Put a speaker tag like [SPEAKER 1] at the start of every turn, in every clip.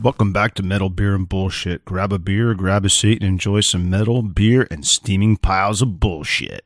[SPEAKER 1] Welcome back to Metal Beer and Bullshit. Grab a beer, grab a seat, and enjoy some metal, beer, and steaming piles of bullshit.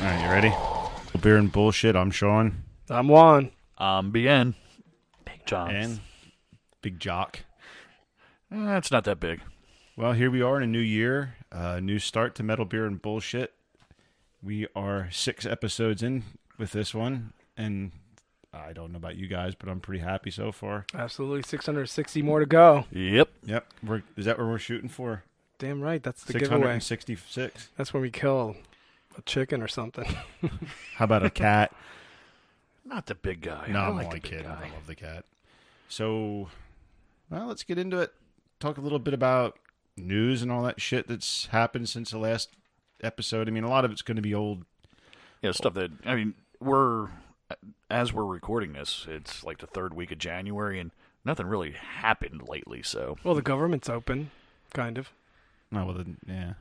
[SPEAKER 1] All right, you ready? Metal Beer and Bullshit. I'm Sean.
[SPEAKER 2] I'm Juan.
[SPEAKER 3] Um, BN. Big John.
[SPEAKER 1] And Big Jock.
[SPEAKER 3] Eh, it's not that big.
[SPEAKER 1] Well, here we are in a new year, uh, new start to Metal Beer and Bullshit. We are six episodes in with this one, and I don't know about you guys, but I'm pretty happy so far.
[SPEAKER 2] Absolutely, 660 more to go.
[SPEAKER 3] Yep.
[SPEAKER 1] Yep. We're, is that what we're shooting for?
[SPEAKER 2] Damn right, that's the giveaway.
[SPEAKER 1] 666.
[SPEAKER 2] That's when we kill a chicken or something.
[SPEAKER 1] How about a cat?
[SPEAKER 3] Not the big guy.
[SPEAKER 1] No,
[SPEAKER 3] I
[SPEAKER 1] I'm only
[SPEAKER 3] like the big
[SPEAKER 1] kidding. I
[SPEAKER 3] guy.
[SPEAKER 1] love the cat. So, well, let's get into it. Talk a little bit about news and all that shit that's happened since the last episode. I mean, a lot of it's going to be old.
[SPEAKER 3] Yeah, stuff that I mean, we're as we're recording this, it's like the third week of January, and nothing really happened lately. So
[SPEAKER 2] well, the government's open, kind of.
[SPEAKER 1] No, Oh, well, then, yeah,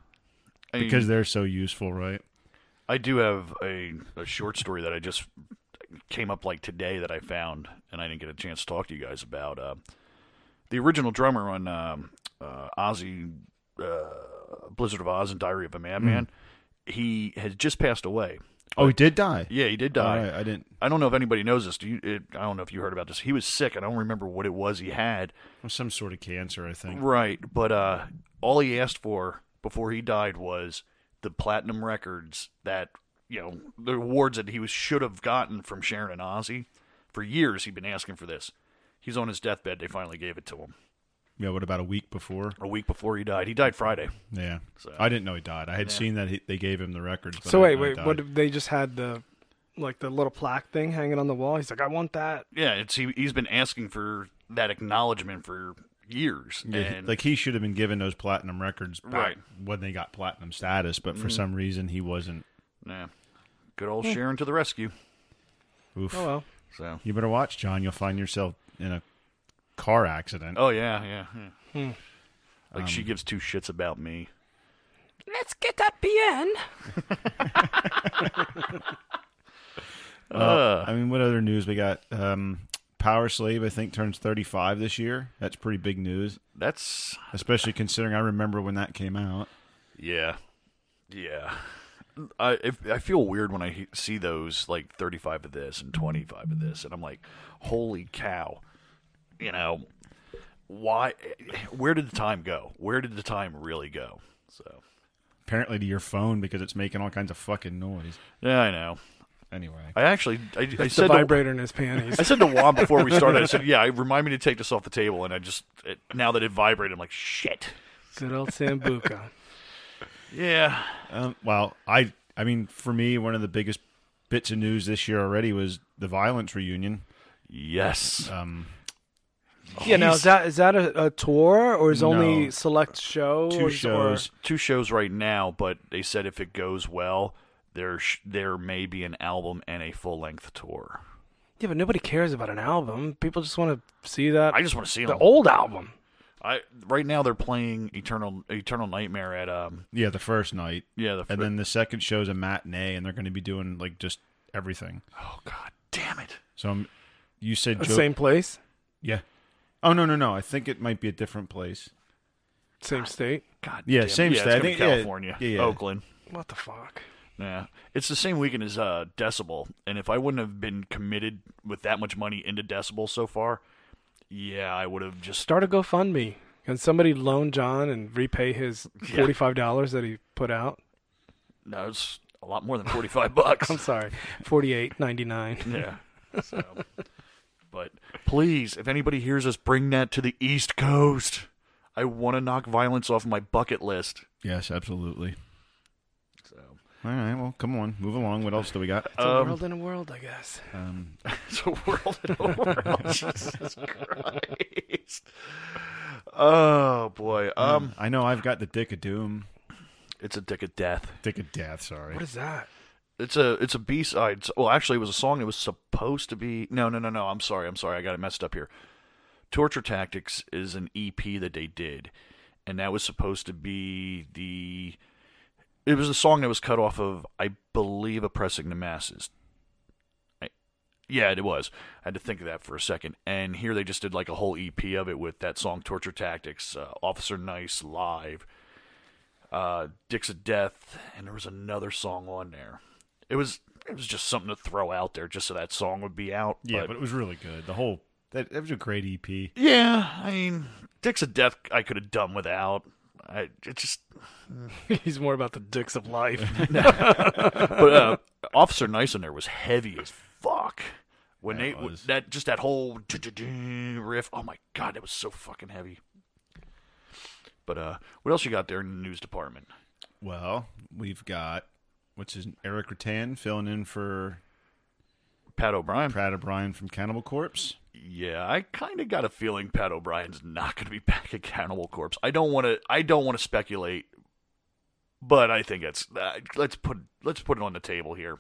[SPEAKER 3] I mean,
[SPEAKER 1] because they're so useful, right?
[SPEAKER 3] I do have a, a short story that I just came up like today that I found, and I didn't get a chance to talk to you guys about. Uh, the original drummer on um, uh, Ozzy, uh, Blizzard of Oz, and Diary of a Madman,
[SPEAKER 1] Hmm.
[SPEAKER 3] he has just passed away.
[SPEAKER 1] Oh, he did die.
[SPEAKER 3] Yeah, he did
[SPEAKER 1] All
[SPEAKER 3] die.
[SPEAKER 1] right, I didn't.
[SPEAKER 3] I don't know if anybody knows this. Do you? It, I don't know if you heard about this. He was sick. I don't remember what it was he had.
[SPEAKER 1] it was Some sort of cancer, I think.
[SPEAKER 3] Right, but uh, all he asked for before he died was the platinum records that you know the awards that he was should have gotten from Sharon and Ozzy. For years, he'd been asking for this. He's on his deathbed. They finally gave it to him
[SPEAKER 1] Yeah, what about a week before?
[SPEAKER 3] a week before he died. He died Friday.
[SPEAKER 1] Yeah,
[SPEAKER 3] So-
[SPEAKER 1] I didn't know he died. I had seen that he, they gave him the records. But I
[SPEAKER 2] so wait,
[SPEAKER 1] didn't know he
[SPEAKER 2] wait, what?
[SPEAKER 1] died.
[SPEAKER 2] if They just had the like the little plaque thing hanging on the wall. He's like, I want that.
[SPEAKER 3] Yeah, it's he, he's been asking for that acknowledgement for years.
[SPEAKER 1] Yeah, he-
[SPEAKER 3] and
[SPEAKER 1] like he should have been given those platinum records back
[SPEAKER 3] Right. Mm-hmm.
[SPEAKER 1] when they got platinum status, but for some reason he wasn't.
[SPEAKER 3] yeah, good old Sharon to the rescue.
[SPEAKER 1] Oof.
[SPEAKER 2] Oh well.
[SPEAKER 3] So
[SPEAKER 1] You better watch, John. You'll find yourself in a car accident.
[SPEAKER 3] Oh yeah, yeah. yeah.
[SPEAKER 2] Hmm.
[SPEAKER 3] Like
[SPEAKER 1] Um,
[SPEAKER 3] she gives two shits about me.
[SPEAKER 2] Let's get that PN.
[SPEAKER 1] Uh, I mean, what other news we got? Um, Power Slave, I think, turns 35 this year. That's pretty big news,
[SPEAKER 3] That's
[SPEAKER 1] especially considering I remember when that came out.
[SPEAKER 3] yeah, yeah. I if, I feel weird when I he- see those like thirty five of this and twenty five of this, and I'm like, holy cow, you know, why? Where did the time go? Where did the time really go? So
[SPEAKER 1] Apparently, to your phone because it's making all kinds of fucking noise.
[SPEAKER 3] yeah, I know.
[SPEAKER 1] Anyway,
[SPEAKER 3] I actually I, I
[SPEAKER 2] The
[SPEAKER 3] said to-
[SPEAKER 2] vibrator in his panties.
[SPEAKER 3] I said to Juan before we started. I said, "Yeah, remind me to take this off the table." And I just it, now that it vibrated, I'm like, "Shit."
[SPEAKER 2] Good old Sambuca.
[SPEAKER 3] Yeah,
[SPEAKER 1] um, well, I, I mean, for me, one of the biggest bits of news this year already was the Violence reunion.
[SPEAKER 3] Yes.
[SPEAKER 1] Um,
[SPEAKER 2] yeah. Now is that is that a, a tour or is
[SPEAKER 1] No.
[SPEAKER 2] only select show?
[SPEAKER 1] two
[SPEAKER 2] or-
[SPEAKER 1] shows.
[SPEAKER 2] Or,
[SPEAKER 3] Two shows right now, but they said if it goes well, there sh- there may be an album and a full length tour.
[SPEAKER 2] yeah, but nobody cares about an album. People just want to see that
[SPEAKER 3] I just want to see
[SPEAKER 2] the
[SPEAKER 3] them.
[SPEAKER 2] old album.
[SPEAKER 3] I right now they're playing Eternal Eternal Nightmare at um
[SPEAKER 1] Yeah, the first night.
[SPEAKER 3] yeah the
[SPEAKER 1] And then the second show's a matinee, and they're going to be doing like just everything.
[SPEAKER 3] oh god damn it
[SPEAKER 1] So I'm, you said
[SPEAKER 2] The
[SPEAKER 1] Joe-
[SPEAKER 2] same place,
[SPEAKER 1] Yeah. Uh, Oh no no no! I think it might be a different place.
[SPEAKER 2] same state.
[SPEAKER 3] god
[SPEAKER 1] Yeah,
[SPEAKER 3] damn it.
[SPEAKER 1] same
[SPEAKER 3] yeah,
[SPEAKER 1] state.
[SPEAKER 3] it's
[SPEAKER 1] I
[SPEAKER 3] gonna
[SPEAKER 1] think-
[SPEAKER 3] be
[SPEAKER 1] yeah,
[SPEAKER 3] California
[SPEAKER 1] yeah, yeah.
[SPEAKER 3] Oakland
[SPEAKER 2] What the fuck?
[SPEAKER 3] yeah it's the same weekend as uh Decibel and if I wouldn't have been committed with that much money into Decibel so far yeah I would have just
[SPEAKER 2] Start a GoFundMe. Can somebody loan John and repay his forty-five dollars that he put out?
[SPEAKER 3] no it's a lot more than forty five bucks
[SPEAKER 2] I'm sorry, forty-eight ninety-nine.
[SPEAKER 3] Yeah. So, but please, if anybody hears us, bring that to the East Coast. I want to knock violence off my bucket list.
[SPEAKER 1] Yes, absolutely.
[SPEAKER 3] So,
[SPEAKER 1] All right. Well, come on, move along. What else do we got?
[SPEAKER 2] It's a world in a world, I guess.
[SPEAKER 1] Um,
[SPEAKER 3] Um, it's a world in a world. Jesus Christ. Oh boy. Um. Hmm.
[SPEAKER 1] I know I've got the Dick of Doom.
[SPEAKER 3] It's a dick of death.
[SPEAKER 1] Dick of Death. Sorry.
[SPEAKER 2] What is that?
[SPEAKER 3] It's a it's a B side. Well, actually, it was a song that was supposed to be. No, no, no, no. I'm sorry. I'm sorry. I got it messed up here. Torture Tactics is an EP that they did, and that was supposed to be the. It was a song that was cut off of, I believe, "Oppressing the Masses." I, yeah, it was. I had to think of that for a second. And here they just did like a whole EP of it with that song "Torture Tactics," uh, Officer Nice live, uh, "Dicks of Death," and there was another song on there. It was it was just something to throw out there just so that song would be out.
[SPEAKER 1] Yeah,
[SPEAKER 3] but-
[SPEAKER 1] but, it was really good. The whole that, that was a great E EP.
[SPEAKER 3] yeah, I mean, Dicks of Death I could have done without. I it just
[SPEAKER 2] He's more about the dicks of life.
[SPEAKER 3] but uh, Officer Nice in there was heavy as fuck. When
[SPEAKER 1] Yeah,
[SPEAKER 3] they
[SPEAKER 1] it was.
[SPEAKER 3] that just that whole riff, oh my god, that was so fucking heavy. But uh, what else you got there in the news department?
[SPEAKER 1] Well, we've got what's his Eric Rattan filling in for
[SPEAKER 3] Pat O'Brien.
[SPEAKER 1] Pratt O'Brien from Cannibal Corpse.
[SPEAKER 3] Yeah, I kind of got a feeling Pat O'Brien's not going to be back at Cannibal Corpse. I don't want to. I don't want to speculate, but I think it's uh, let's put let's put it on the table here.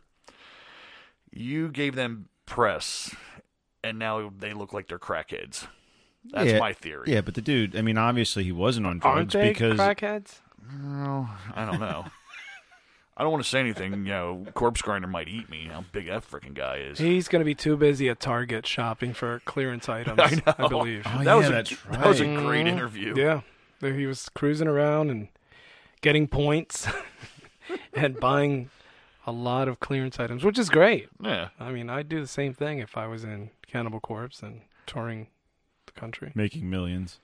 [SPEAKER 3] You gave them press, and now they look like they're crackheads. That's
[SPEAKER 1] Yeah.
[SPEAKER 3] my theory.
[SPEAKER 1] Yeah, but the dude, I mean, obviously he wasn't on
[SPEAKER 2] Aren't
[SPEAKER 1] drugs
[SPEAKER 2] they
[SPEAKER 1] because
[SPEAKER 2] crackheads?
[SPEAKER 3] Well, I don't know. I don't want to say anything. You know, Corpse Grinder might eat me. How big that freaking guy is.
[SPEAKER 2] He's going to be too busy at Target shopping for clearance items,
[SPEAKER 3] I know.
[SPEAKER 2] I believe.
[SPEAKER 1] Oh,
[SPEAKER 3] that
[SPEAKER 1] yeah,
[SPEAKER 3] was a,
[SPEAKER 1] that's
[SPEAKER 3] that was a
[SPEAKER 1] right.
[SPEAKER 3] great interview.
[SPEAKER 2] Yeah. There he was cruising around and getting points and buying a lot of clearance items, which is great.
[SPEAKER 3] yeah.
[SPEAKER 2] I mean, I'd do the same thing if I was in Cannibal Corpse and touring the country.
[SPEAKER 1] making millions.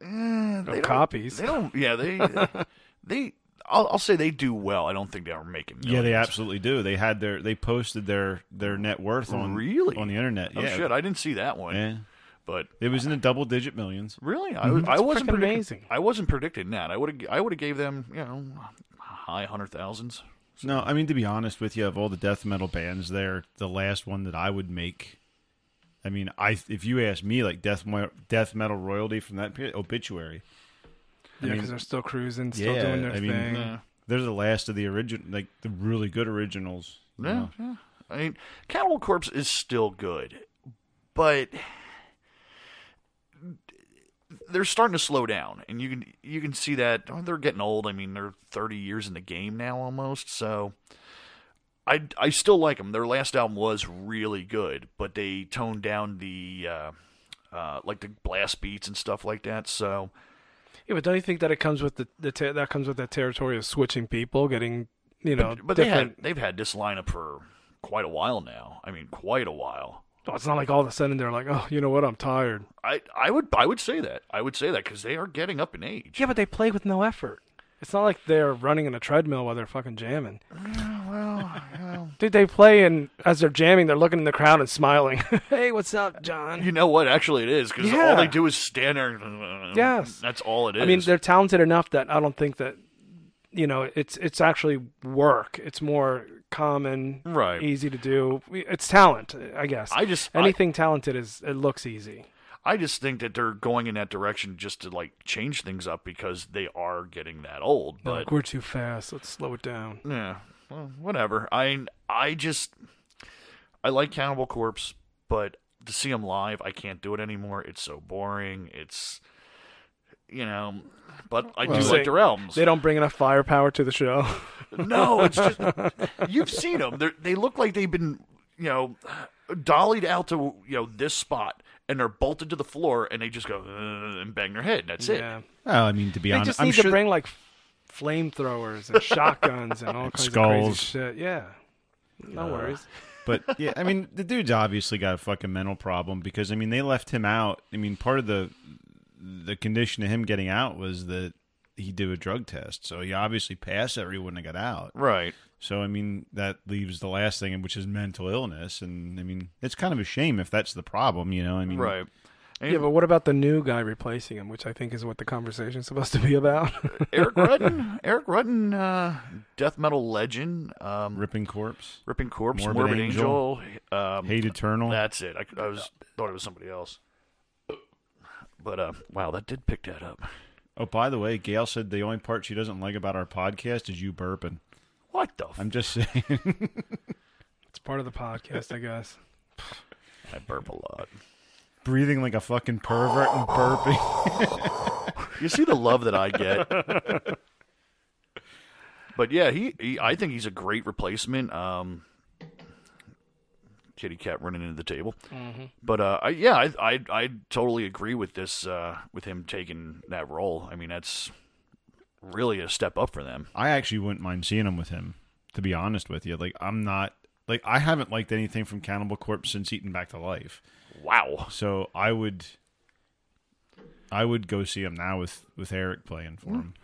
[SPEAKER 3] Eh, they
[SPEAKER 2] Of
[SPEAKER 3] don't-
[SPEAKER 2] copies.
[SPEAKER 3] They don't. Yeah, they they. I'll, I'll say they do well. I don't think they are making. Millions.
[SPEAKER 1] Yeah, they absolutely do. They had their they posted their their net worth on
[SPEAKER 3] Really?
[SPEAKER 1] on the internet.
[SPEAKER 3] Oh
[SPEAKER 1] yeah.
[SPEAKER 3] shit! I didn't see that one.
[SPEAKER 1] Yeah.
[SPEAKER 3] But
[SPEAKER 1] It was in the double digit millions.
[SPEAKER 3] really, I, was- I wasn't
[SPEAKER 2] frickin'
[SPEAKER 3] predict-
[SPEAKER 2] Mm-hmm. amazing.
[SPEAKER 3] I wasn't predicting that. I would have. I would have gave them. You know, high hundred thousands.
[SPEAKER 1] No, I mean to be honest with you, of all the death metal bands, they're the last one that I would make. I mean, I if you ask me, like death mo- death metal royalty from that period, obituary.
[SPEAKER 2] Yeah,
[SPEAKER 1] mean-
[SPEAKER 2] because they're still cruising, still doing their
[SPEAKER 1] I mean,
[SPEAKER 2] thing.
[SPEAKER 3] Yeah.
[SPEAKER 1] They're the last of the original, like the really good originals. you
[SPEAKER 3] Yeah,
[SPEAKER 1] know?
[SPEAKER 3] yeah. I mean, Cannibal Corpse is still good, but they're starting to slow down, and you can you can see that oh, they're getting old. I mean, they're thirty years in the game now almost. So, I I still like them. Their last album was really good, but they toned down the uh, uh, like the blast beats and stuff like that. So,
[SPEAKER 2] Yeah, but don't you think that it comes with the, the ter- that comes with that territory of switching people, getting you know
[SPEAKER 3] but they had
[SPEAKER 2] different?
[SPEAKER 3] they've had this lineup for quite a while now. I mean, quite a while.
[SPEAKER 2] Oh, it's not like all of a sudden they're like, oh, you know what, I'm tired.
[SPEAKER 3] I, I would I would say that I would say that because they are getting up in age.
[SPEAKER 2] Yeah, but they play with no effort. It's not like they're running in a treadmill while they're fucking jamming. Dude, they play and as they're jamming, they're looking in the crowd and smiling. hey, what's up, John?
[SPEAKER 3] You know what? Actually, it is because
[SPEAKER 2] Yeah.
[SPEAKER 3] all they do is stand there. and-
[SPEAKER 2] Yes.
[SPEAKER 3] that's all it is.
[SPEAKER 2] I mean, they're talented enough that I don't think that you know it's it's actually work. It's more common,
[SPEAKER 3] Right.
[SPEAKER 2] Easy to do. It's talent, I guess.
[SPEAKER 3] I just- I-
[SPEAKER 2] anything talented is it looks easy.
[SPEAKER 3] I just think that they're going in that direction just to like change things up because they are getting that old.
[SPEAKER 2] They're
[SPEAKER 3] But
[SPEAKER 2] like we're too fast. Let's slow it down.
[SPEAKER 3] yeah, well, whatever. I I just I like Cannibal Corpse, but to see them live, I can't do it anymore. It's so boring. It's you know, but I
[SPEAKER 2] Well,
[SPEAKER 3] do
[SPEAKER 2] they-
[SPEAKER 3] like their albums.
[SPEAKER 2] They don't bring enough firepower to the show.
[SPEAKER 3] No, it's just you've seen them. They're, they look like they've been, you know, dollied out to you know this spot, and they're bolted to the floor, and they just go "Uh," and bang their head. That's
[SPEAKER 2] Yeah.
[SPEAKER 3] it.
[SPEAKER 1] Oh, I mean to be
[SPEAKER 2] They
[SPEAKER 1] honest,
[SPEAKER 2] just
[SPEAKER 1] I'm
[SPEAKER 2] need
[SPEAKER 1] sure
[SPEAKER 2] to bring like f- flamethrowers and shotguns and all kinds of
[SPEAKER 1] Skulls.
[SPEAKER 2] crazy shit. Yeah.
[SPEAKER 3] Uh,
[SPEAKER 2] No worries.
[SPEAKER 1] But yeah, I mean, the dude's obviously got a fucking mental problem because I mean, they left him out. I mean, part of the the condition of him getting out was that he did a drug test, so he obviously passed that or he wouldn't have got out.
[SPEAKER 3] Right.
[SPEAKER 1] So I mean, that leaves the last thing, which is mental illness, and I mean, it's kind of a shame if that's the problem, you know. I mean,
[SPEAKER 3] Right.
[SPEAKER 2] Yeah, but what about the new guy replacing him, which I think is what the conversation's supposed to be about?
[SPEAKER 3] Eric Rudden, Eric Rudden, uh, death metal legend, um,
[SPEAKER 1] ripping corpse,
[SPEAKER 3] ripping corpse,
[SPEAKER 1] Morbid
[SPEAKER 3] morbid,
[SPEAKER 1] Angel.
[SPEAKER 3] angel. Um,
[SPEAKER 1] hate eternal.
[SPEAKER 3] that's it. I, I was thought it was somebody else. But uh, wow, that did pick that up.
[SPEAKER 1] Oh, by the way, Gail said the only part she doesn't like about our podcast is you burping.
[SPEAKER 3] What the? F-
[SPEAKER 1] I'm just saying.
[SPEAKER 2] It's part of the podcast, I guess.
[SPEAKER 3] I burp a lot.
[SPEAKER 1] Breathing like a fucking pervert and burping.
[SPEAKER 3] You see the love that I get. But yeah, he, he I think he's a great replacement. Um, kitty cat running into the table.
[SPEAKER 2] Mm-hmm.
[SPEAKER 3] But uh, I, yeah, I, I I totally agree with this uh, with him taking that role. I mean, that's really a step up for them.
[SPEAKER 1] I actually wouldn't mind seeing him with him, to be honest with you. Like, I'm not, like, I haven't liked anything from Cannibal Corpse since Eaten Back to Life.
[SPEAKER 3] Wow.
[SPEAKER 1] So I would, I would go see him now with with Eric playing for him.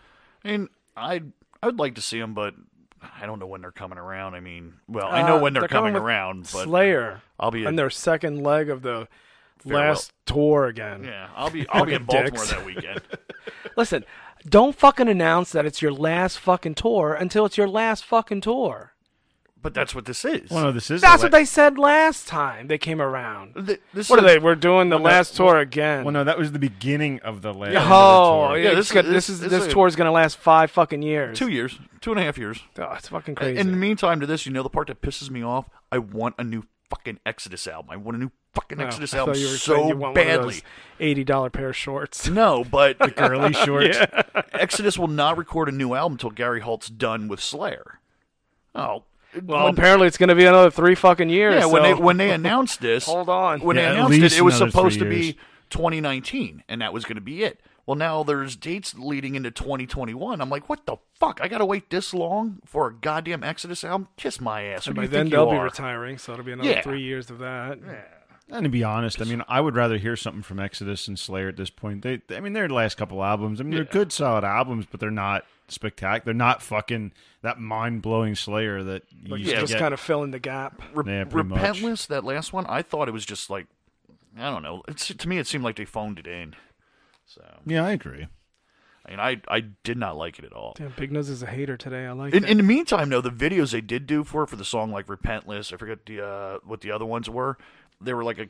[SPEAKER 3] And I I would like to see him, but I don't know when they're coming around. I mean, well, I know
[SPEAKER 2] Uh,
[SPEAKER 3] when they're,
[SPEAKER 2] they're
[SPEAKER 3] coming,
[SPEAKER 2] coming with
[SPEAKER 3] around, but
[SPEAKER 2] Slayer
[SPEAKER 3] I'll be
[SPEAKER 2] on their second leg of the last tour again.
[SPEAKER 3] yeah, I'll be I'll be in
[SPEAKER 2] Fucking
[SPEAKER 3] Baltimore
[SPEAKER 2] dicks.
[SPEAKER 3] that weekend.
[SPEAKER 2] Listen, don't fucking announce that it's your last fucking tour until it's your last fucking tour.
[SPEAKER 3] But that's what this is.
[SPEAKER 1] Well, no, this is
[SPEAKER 2] That's what
[SPEAKER 1] the la-
[SPEAKER 2] they said last time they came around.
[SPEAKER 3] Th- this
[SPEAKER 2] What are
[SPEAKER 3] is-
[SPEAKER 2] they? We're doing the last tour again.
[SPEAKER 1] Well, no, that was the beginning of the last.
[SPEAKER 2] Oh, yeah,
[SPEAKER 3] Yeah,
[SPEAKER 2] this,
[SPEAKER 3] this-
[SPEAKER 2] could- this
[SPEAKER 3] this-
[SPEAKER 2] is
[SPEAKER 3] this
[SPEAKER 2] this
[SPEAKER 3] is-
[SPEAKER 2] tour is gonna last five fucking years.
[SPEAKER 3] Two years, two and a half years.
[SPEAKER 2] Oh, it's fucking crazy.
[SPEAKER 3] In the meantime, to this, you know, the part that pisses me off, I want a new fucking Exodus album. I want a new fucking
[SPEAKER 2] Oh,
[SPEAKER 3] Exodus
[SPEAKER 2] I thought
[SPEAKER 3] album
[SPEAKER 2] you were saying you
[SPEAKER 3] so
[SPEAKER 2] want one of
[SPEAKER 3] badly.
[SPEAKER 2] those Eighty dollar pair of shorts.
[SPEAKER 3] No, but
[SPEAKER 1] girly shorts.
[SPEAKER 3] Exodus will not record a new album until Gary Holt's done with Slayer. Oh,
[SPEAKER 2] Well,
[SPEAKER 3] when-
[SPEAKER 2] apparently it's gonna be another three fucking years.
[SPEAKER 3] yeah. When
[SPEAKER 2] so-
[SPEAKER 3] they when they announced this,
[SPEAKER 2] Hold on.
[SPEAKER 3] When
[SPEAKER 1] Yeah, at
[SPEAKER 3] they announced
[SPEAKER 1] least
[SPEAKER 3] it, it was
[SPEAKER 1] another
[SPEAKER 3] supposed to
[SPEAKER 1] three years.
[SPEAKER 3] be 2019, and that was going to be it. Well, now there's dates leading into 2021. I'm like, what the fuck? I got to wait this long for a goddamn Exodus album? Kiss my ass. Who do
[SPEAKER 2] by
[SPEAKER 3] you
[SPEAKER 2] then
[SPEAKER 3] think
[SPEAKER 2] they'll
[SPEAKER 3] you
[SPEAKER 2] be
[SPEAKER 3] are?
[SPEAKER 2] retiring, so it'll be another
[SPEAKER 3] Yeah.
[SPEAKER 2] three years of that.
[SPEAKER 1] And to be honest, I mean, I would rather hear something from Exodus and Slayer at this point. They, I mean, their last couple albums, I mean, they're good, solid albums, but they're not spectacular. They're not fucking that mind blowing Slayer that you used
[SPEAKER 3] yeah,
[SPEAKER 1] to
[SPEAKER 2] just
[SPEAKER 1] get.
[SPEAKER 2] kind of fill in the gap.
[SPEAKER 3] Re-
[SPEAKER 1] Yeah, pretty much.
[SPEAKER 3] Repentless, that last one, I thought it was just like, I don't know. It's, to me, it seemed like they phoned it in. So,
[SPEAKER 1] yeah, I agree.
[SPEAKER 3] I mean, I, I did not like it at all.
[SPEAKER 2] Damn, Big Nose is a hater today. I like
[SPEAKER 3] In,
[SPEAKER 2] it.
[SPEAKER 3] in the meantime, though, the videos they did do for it, for the song like "Repentless," I forget the uh, what the other ones were. They were like a,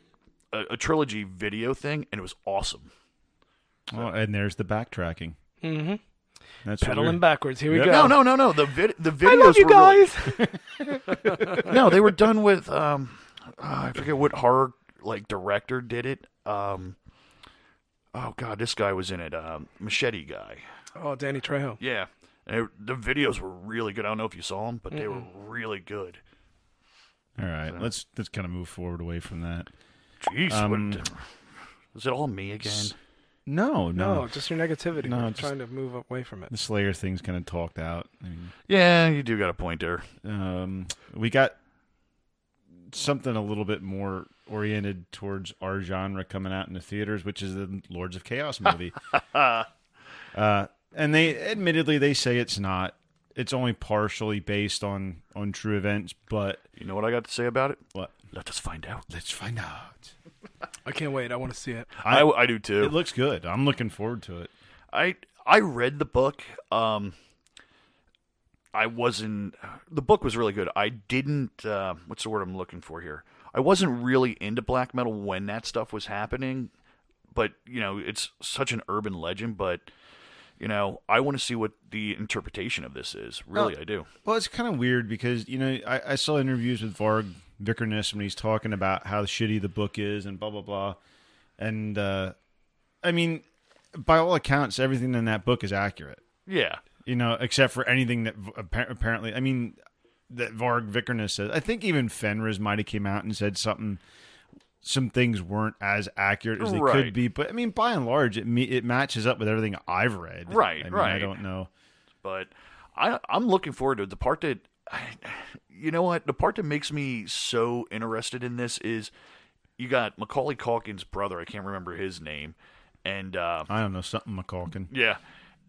[SPEAKER 3] a a trilogy video thing, and it was awesome.
[SPEAKER 1] Oh, and there's the backtracking.
[SPEAKER 2] Mhm.
[SPEAKER 1] That's what
[SPEAKER 2] Pedaling
[SPEAKER 1] we're-
[SPEAKER 2] backwards. Here we
[SPEAKER 1] Yep.
[SPEAKER 2] go.
[SPEAKER 3] No, no, no, no. The vid- the videos
[SPEAKER 2] I love you
[SPEAKER 3] were really-
[SPEAKER 2] guys.
[SPEAKER 3] no, they were done with um, uh, I forget what horror like director did it. Um, oh god, this guy was in it. Um, machete guy.
[SPEAKER 2] oh, Danny Trejo.
[SPEAKER 3] Yeah, and it- the videos were really good. I don't know if you saw them, but they were really good.
[SPEAKER 1] All right, let's let's kind of move forward away from that.
[SPEAKER 3] Jeez,
[SPEAKER 1] Um,
[SPEAKER 3] what, is it all me again?
[SPEAKER 1] No,
[SPEAKER 2] No,
[SPEAKER 1] no,
[SPEAKER 2] Oh, just your negativity.
[SPEAKER 1] No,
[SPEAKER 2] We're
[SPEAKER 1] just-
[SPEAKER 2] trying to move away from it.
[SPEAKER 1] the Slayer thing's kind of talked out. I mean,
[SPEAKER 3] Yeah, you do got a point there.
[SPEAKER 1] um, we got something a little bit more oriented towards our genre coming out in the theaters, which is the Lords of Chaos movie. uh, and they admittedly they say it's not. It's only partially based on on true events, but
[SPEAKER 3] You know what I got to say about it?
[SPEAKER 1] what?
[SPEAKER 3] Let us find out.
[SPEAKER 1] Let's find out.
[SPEAKER 2] I can't wait. I want to see it.
[SPEAKER 3] I, I do too.
[SPEAKER 1] It looks good. I'm looking forward to it.
[SPEAKER 3] I I read the book. Um, I wasn't. The book was really good. I didn't. Uh, what's the word I'm looking for here? I wasn't really into black metal when that stuff was happening, but you know, it's such an urban legend. But you know, I want to see what the interpretation of this is. Really, I do.
[SPEAKER 1] Well, it's kind of weird because you know I, I saw interviews with Varg Vikernes when he's talking about how shitty the book is and blah blah blah, and uh, I mean, by all accounts, everything in that book is accurate.
[SPEAKER 3] Yeah.
[SPEAKER 1] You know, except for anything that v- appa- apparently, I mean, that Varg Vikernes says. I think even Fenris might have came out and said something. Some things weren't as accurate as they could
[SPEAKER 3] Right.
[SPEAKER 1] be, but I mean, by and large, it me- it matches up with everything I've read.
[SPEAKER 3] Right,
[SPEAKER 1] I mean, I
[SPEAKER 3] right.
[SPEAKER 1] don't know.
[SPEAKER 3] but I, I'm looking forward to the part that, you know what, the part that makes me so interested in this is you got Macaulay Calkin's brother, I can't remember his name, and uh,
[SPEAKER 1] I don't know something McCalkin.
[SPEAKER 3] yeah,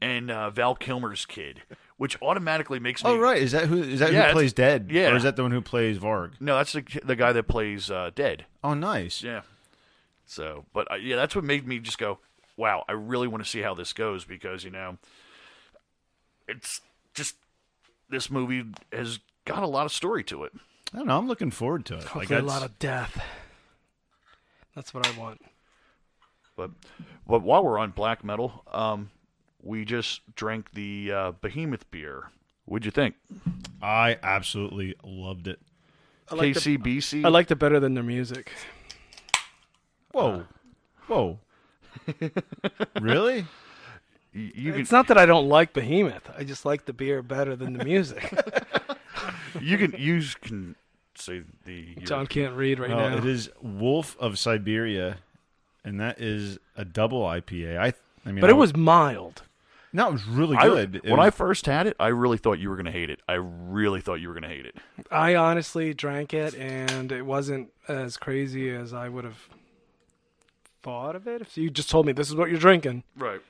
[SPEAKER 3] and uh, Val Kilmer's kid, which automatically makes me.
[SPEAKER 1] Oh right, is that who is that
[SPEAKER 3] Yeah,
[SPEAKER 1] who
[SPEAKER 3] it's-
[SPEAKER 1] plays Dead?
[SPEAKER 3] yeah.
[SPEAKER 1] or is that the one who plays Varg?
[SPEAKER 3] No, that's the the guy that plays uh, Dead.
[SPEAKER 1] Oh, nice.
[SPEAKER 3] Yeah. So, but uh, yeah, that's what made me just go, wow, I really want to see how this goes because, you know, it's just this movie has got a lot of story to it.
[SPEAKER 1] I don't know. I'm looking forward to it. Like,
[SPEAKER 2] Hopefully, a
[SPEAKER 1] that's-
[SPEAKER 2] lot of death. That's what I want.
[SPEAKER 3] But but while we're on black metal, um, We just drank the uh, Behemoth beer. What'd you think?
[SPEAKER 1] I absolutely loved it.
[SPEAKER 2] I liked, it,
[SPEAKER 3] KCBC.
[SPEAKER 2] I liked it better than their music.
[SPEAKER 1] Whoa, Uh, whoa, really?
[SPEAKER 3] Y- you can
[SPEAKER 2] It's not that I don't like Behemoth. I just like the beer better than the music.
[SPEAKER 3] you can you can say the
[SPEAKER 2] John can't read right
[SPEAKER 1] Well,
[SPEAKER 2] now.
[SPEAKER 1] it is Wolf of Siberia, and that is a double IPA. I, I mean,
[SPEAKER 2] but
[SPEAKER 1] I
[SPEAKER 2] it was mild.
[SPEAKER 1] no, it was really
[SPEAKER 3] I,
[SPEAKER 1] good. It
[SPEAKER 3] when
[SPEAKER 1] was-
[SPEAKER 3] I first had it, I really thought you were going to hate it. I really thought you were going to hate it.
[SPEAKER 2] I honestly drank it, and it wasn't as crazy as I would have thought of it. If you just told me this is what you're drinking,
[SPEAKER 3] Right.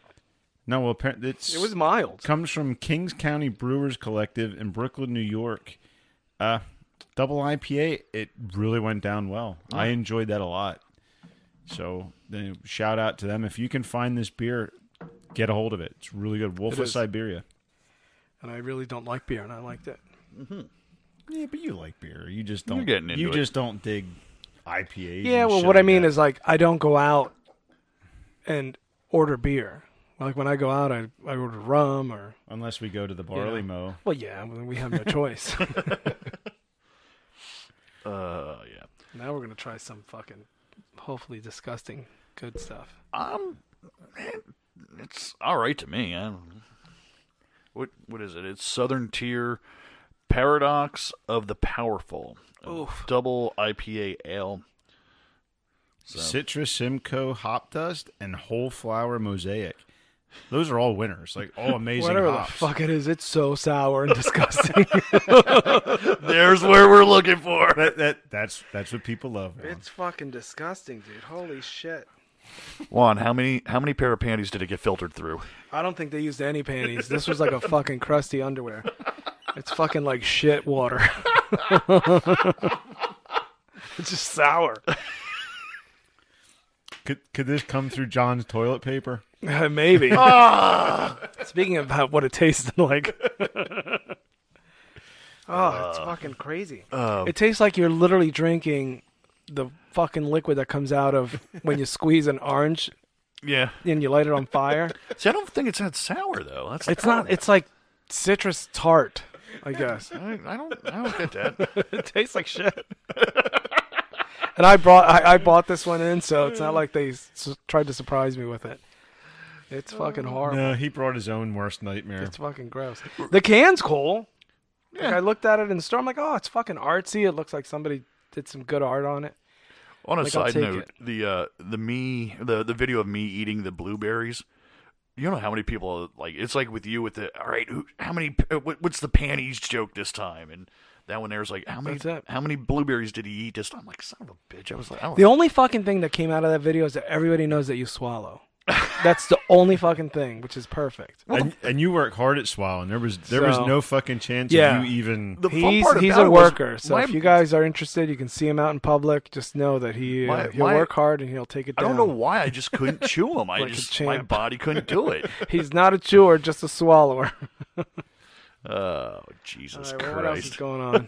[SPEAKER 1] no, well, apparently it's
[SPEAKER 2] it was mild.
[SPEAKER 1] comes from Kings County Brewers Collective in Brooklyn, New York. Uh, double IPA. It really went down well. I enjoyed that a lot. So then shout out to them. If you can find this beer, get a hold of it. It's really good. Wolf
[SPEAKER 2] It
[SPEAKER 1] of
[SPEAKER 2] is.
[SPEAKER 1] Siberia.
[SPEAKER 2] And I really don't like beer, and I liked it.
[SPEAKER 1] Yeah, but you like beer. You just don't.
[SPEAKER 3] getting into
[SPEAKER 1] you
[SPEAKER 3] it.
[SPEAKER 1] just don't dig IPAs.
[SPEAKER 2] Yeah,
[SPEAKER 1] and
[SPEAKER 2] well,
[SPEAKER 1] shit
[SPEAKER 2] what I
[SPEAKER 1] like
[SPEAKER 2] mean
[SPEAKER 1] that.
[SPEAKER 2] is like I don't go out and order beer. Like when I go out, I I order rum or
[SPEAKER 1] unless we go to the barley
[SPEAKER 2] Yeah.
[SPEAKER 1] mow.
[SPEAKER 2] well, yeah, well, we have no choice.
[SPEAKER 3] Uh, yeah.
[SPEAKER 2] now we're gonna try some fucking hopefully disgusting good stuff.
[SPEAKER 3] Um, it's all right to me. I don't- what what is it? It's Southern Tier Paradox of the Powerful. a
[SPEAKER 2] Oof.
[SPEAKER 3] Double IPA ale.
[SPEAKER 1] Citrus Simcoe hop dust and whole flower mosaic. Those are all winners. Like all amazing
[SPEAKER 2] Whatever
[SPEAKER 1] hops.
[SPEAKER 2] the fuck it is, it's so sour and disgusting.
[SPEAKER 3] There's where we're looking for.
[SPEAKER 1] That, that that's that's what people love. man.
[SPEAKER 2] fucking disgusting, dude. Holy shit.
[SPEAKER 3] Juan, how many how many pair of panties did it get filtered through?
[SPEAKER 2] I don't think they used any panties. This was like a fucking crusty underwear. It's fucking like shit water. it's just sour.
[SPEAKER 1] Could could this come through John's toilet paper?
[SPEAKER 2] Maybe. Ah. Speaking about what it tasted like. oh, it's fucking crazy. it tastes like you're literally drinking the fucking liquid that comes out of when you squeeze an orange
[SPEAKER 3] Yeah.
[SPEAKER 2] and you light it on fire.
[SPEAKER 3] See, I don't think it's that sour though. That's
[SPEAKER 2] It's not. It's like citrus tart. I guess
[SPEAKER 3] I, I don't I don't get that.
[SPEAKER 2] it tastes like shit. and I brought I, I bought this one in, so it's not like they s- tried to surprise me with it. It's fucking horrible.
[SPEAKER 1] No, he brought his own worst nightmare.
[SPEAKER 2] It's fucking gross. The can's cool. Like I looked at it in the store. I'm like, oh, it's fucking artsy. It looks like somebody did some good art on it.
[SPEAKER 3] On a
[SPEAKER 2] Like, I'll
[SPEAKER 3] side
[SPEAKER 2] take
[SPEAKER 3] note,
[SPEAKER 2] it.
[SPEAKER 3] the uh the me the the video of me eating the blueberries. You don't know how many people like it's like with you with the all right. Who, how many? uh, What, what's the panties joke this time? And that one there's like how many?
[SPEAKER 2] That's it.
[SPEAKER 3] How many blueberries did he eat this time? I'm like son of a bitch. I was like I don't
[SPEAKER 2] The only fucking thing that came out of that video is that everybody knows that you swallow. That's the only fucking thing, which is perfect.
[SPEAKER 1] and, and you work hard at swallowing. There was there was
[SPEAKER 2] So-
[SPEAKER 1] no fucking chance
[SPEAKER 2] Yeah.
[SPEAKER 1] of you even.
[SPEAKER 3] The fun
[SPEAKER 2] He's
[SPEAKER 3] part
[SPEAKER 2] he's
[SPEAKER 3] about
[SPEAKER 2] a
[SPEAKER 3] it was
[SPEAKER 2] worker, so
[SPEAKER 3] my-
[SPEAKER 2] if you guys are interested, you can see him out in public. Just know that he uh,
[SPEAKER 3] My-
[SPEAKER 2] he'll
[SPEAKER 3] my-
[SPEAKER 2] work hard and he'll take it
[SPEAKER 3] I
[SPEAKER 2] down.
[SPEAKER 3] don't know why I just couldn't chew them. I
[SPEAKER 2] Like a
[SPEAKER 3] just my
[SPEAKER 2] champ.
[SPEAKER 3] body couldn't do it.
[SPEAKER 2] He's not a chewer, just a swallower.
[SPEAKER 3] Oh Jesus
[SPEAKER 2] All right, what else is
[SPEAKER 3] Christ!
[SPEAKER 2] going on?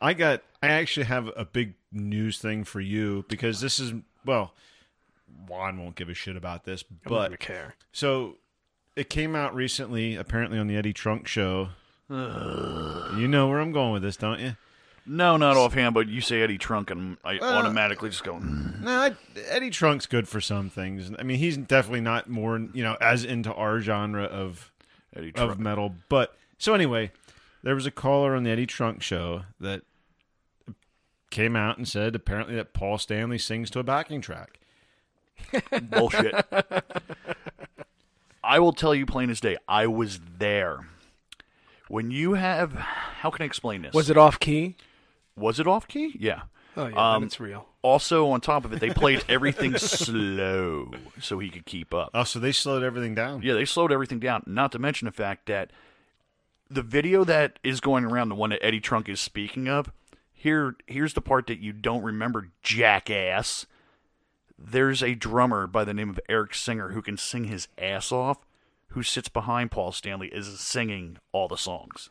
[SPEAKER 1] I got. I actually have a big news thing for you because this is well, Juan won't give a shit about this,
[SPEAKER 2] But
[SPEAKER 1] but
[SPEAKER 2] I care.
[SPEAKER 1] So it came out recently, apparently on the Eddie Trunk show. you know where I'm going with this, don't you?
[SPEAKER 3] No, not offhand, but you say Eddie Trunk, and I
[SPEAKER 2] Uh,
[SPEAKER 3] automatically just go. "Mm."
[SPEAKER 1] No, I, Eddie Trunk's good for some things. I mean, he's definitely not more, you know, as into our genre of
[SPEAKER 3] Eddie Trunk.
[SPEAKER 1] of metal. But so anyway, there was a caller on the Eddie Trunk show that came out and said apparently that Paul Stanley sings to a backing track.
[SPEAKER 3] bullshit. I will tell you plain as day. I was there. When you have, how can I explain this?
[SPEAKER 2] Was it off key?
[SPEAKER 3] was it off key? Yeah.
[SPEAKER 2] Oh yeah,
[SPEAKER 3] Um,
[SPEAKER 2] then it's real.
[SPEAKER 3] Also, on top of it, they played everything slow so he could keep up.
[SPEAKER 1] Oh, so they slowed everything down.
[SPEAKER 3] Yeah, they slowed everything down. Not to mention the fact that the video that is going around, the one that Eddie Trunk is speaking of, here here's the part that you don't remember, jackass. There's a drummer by the name of Eric Singer who can sing his ass off, who sits behind Paul Stanley is singing all the songs.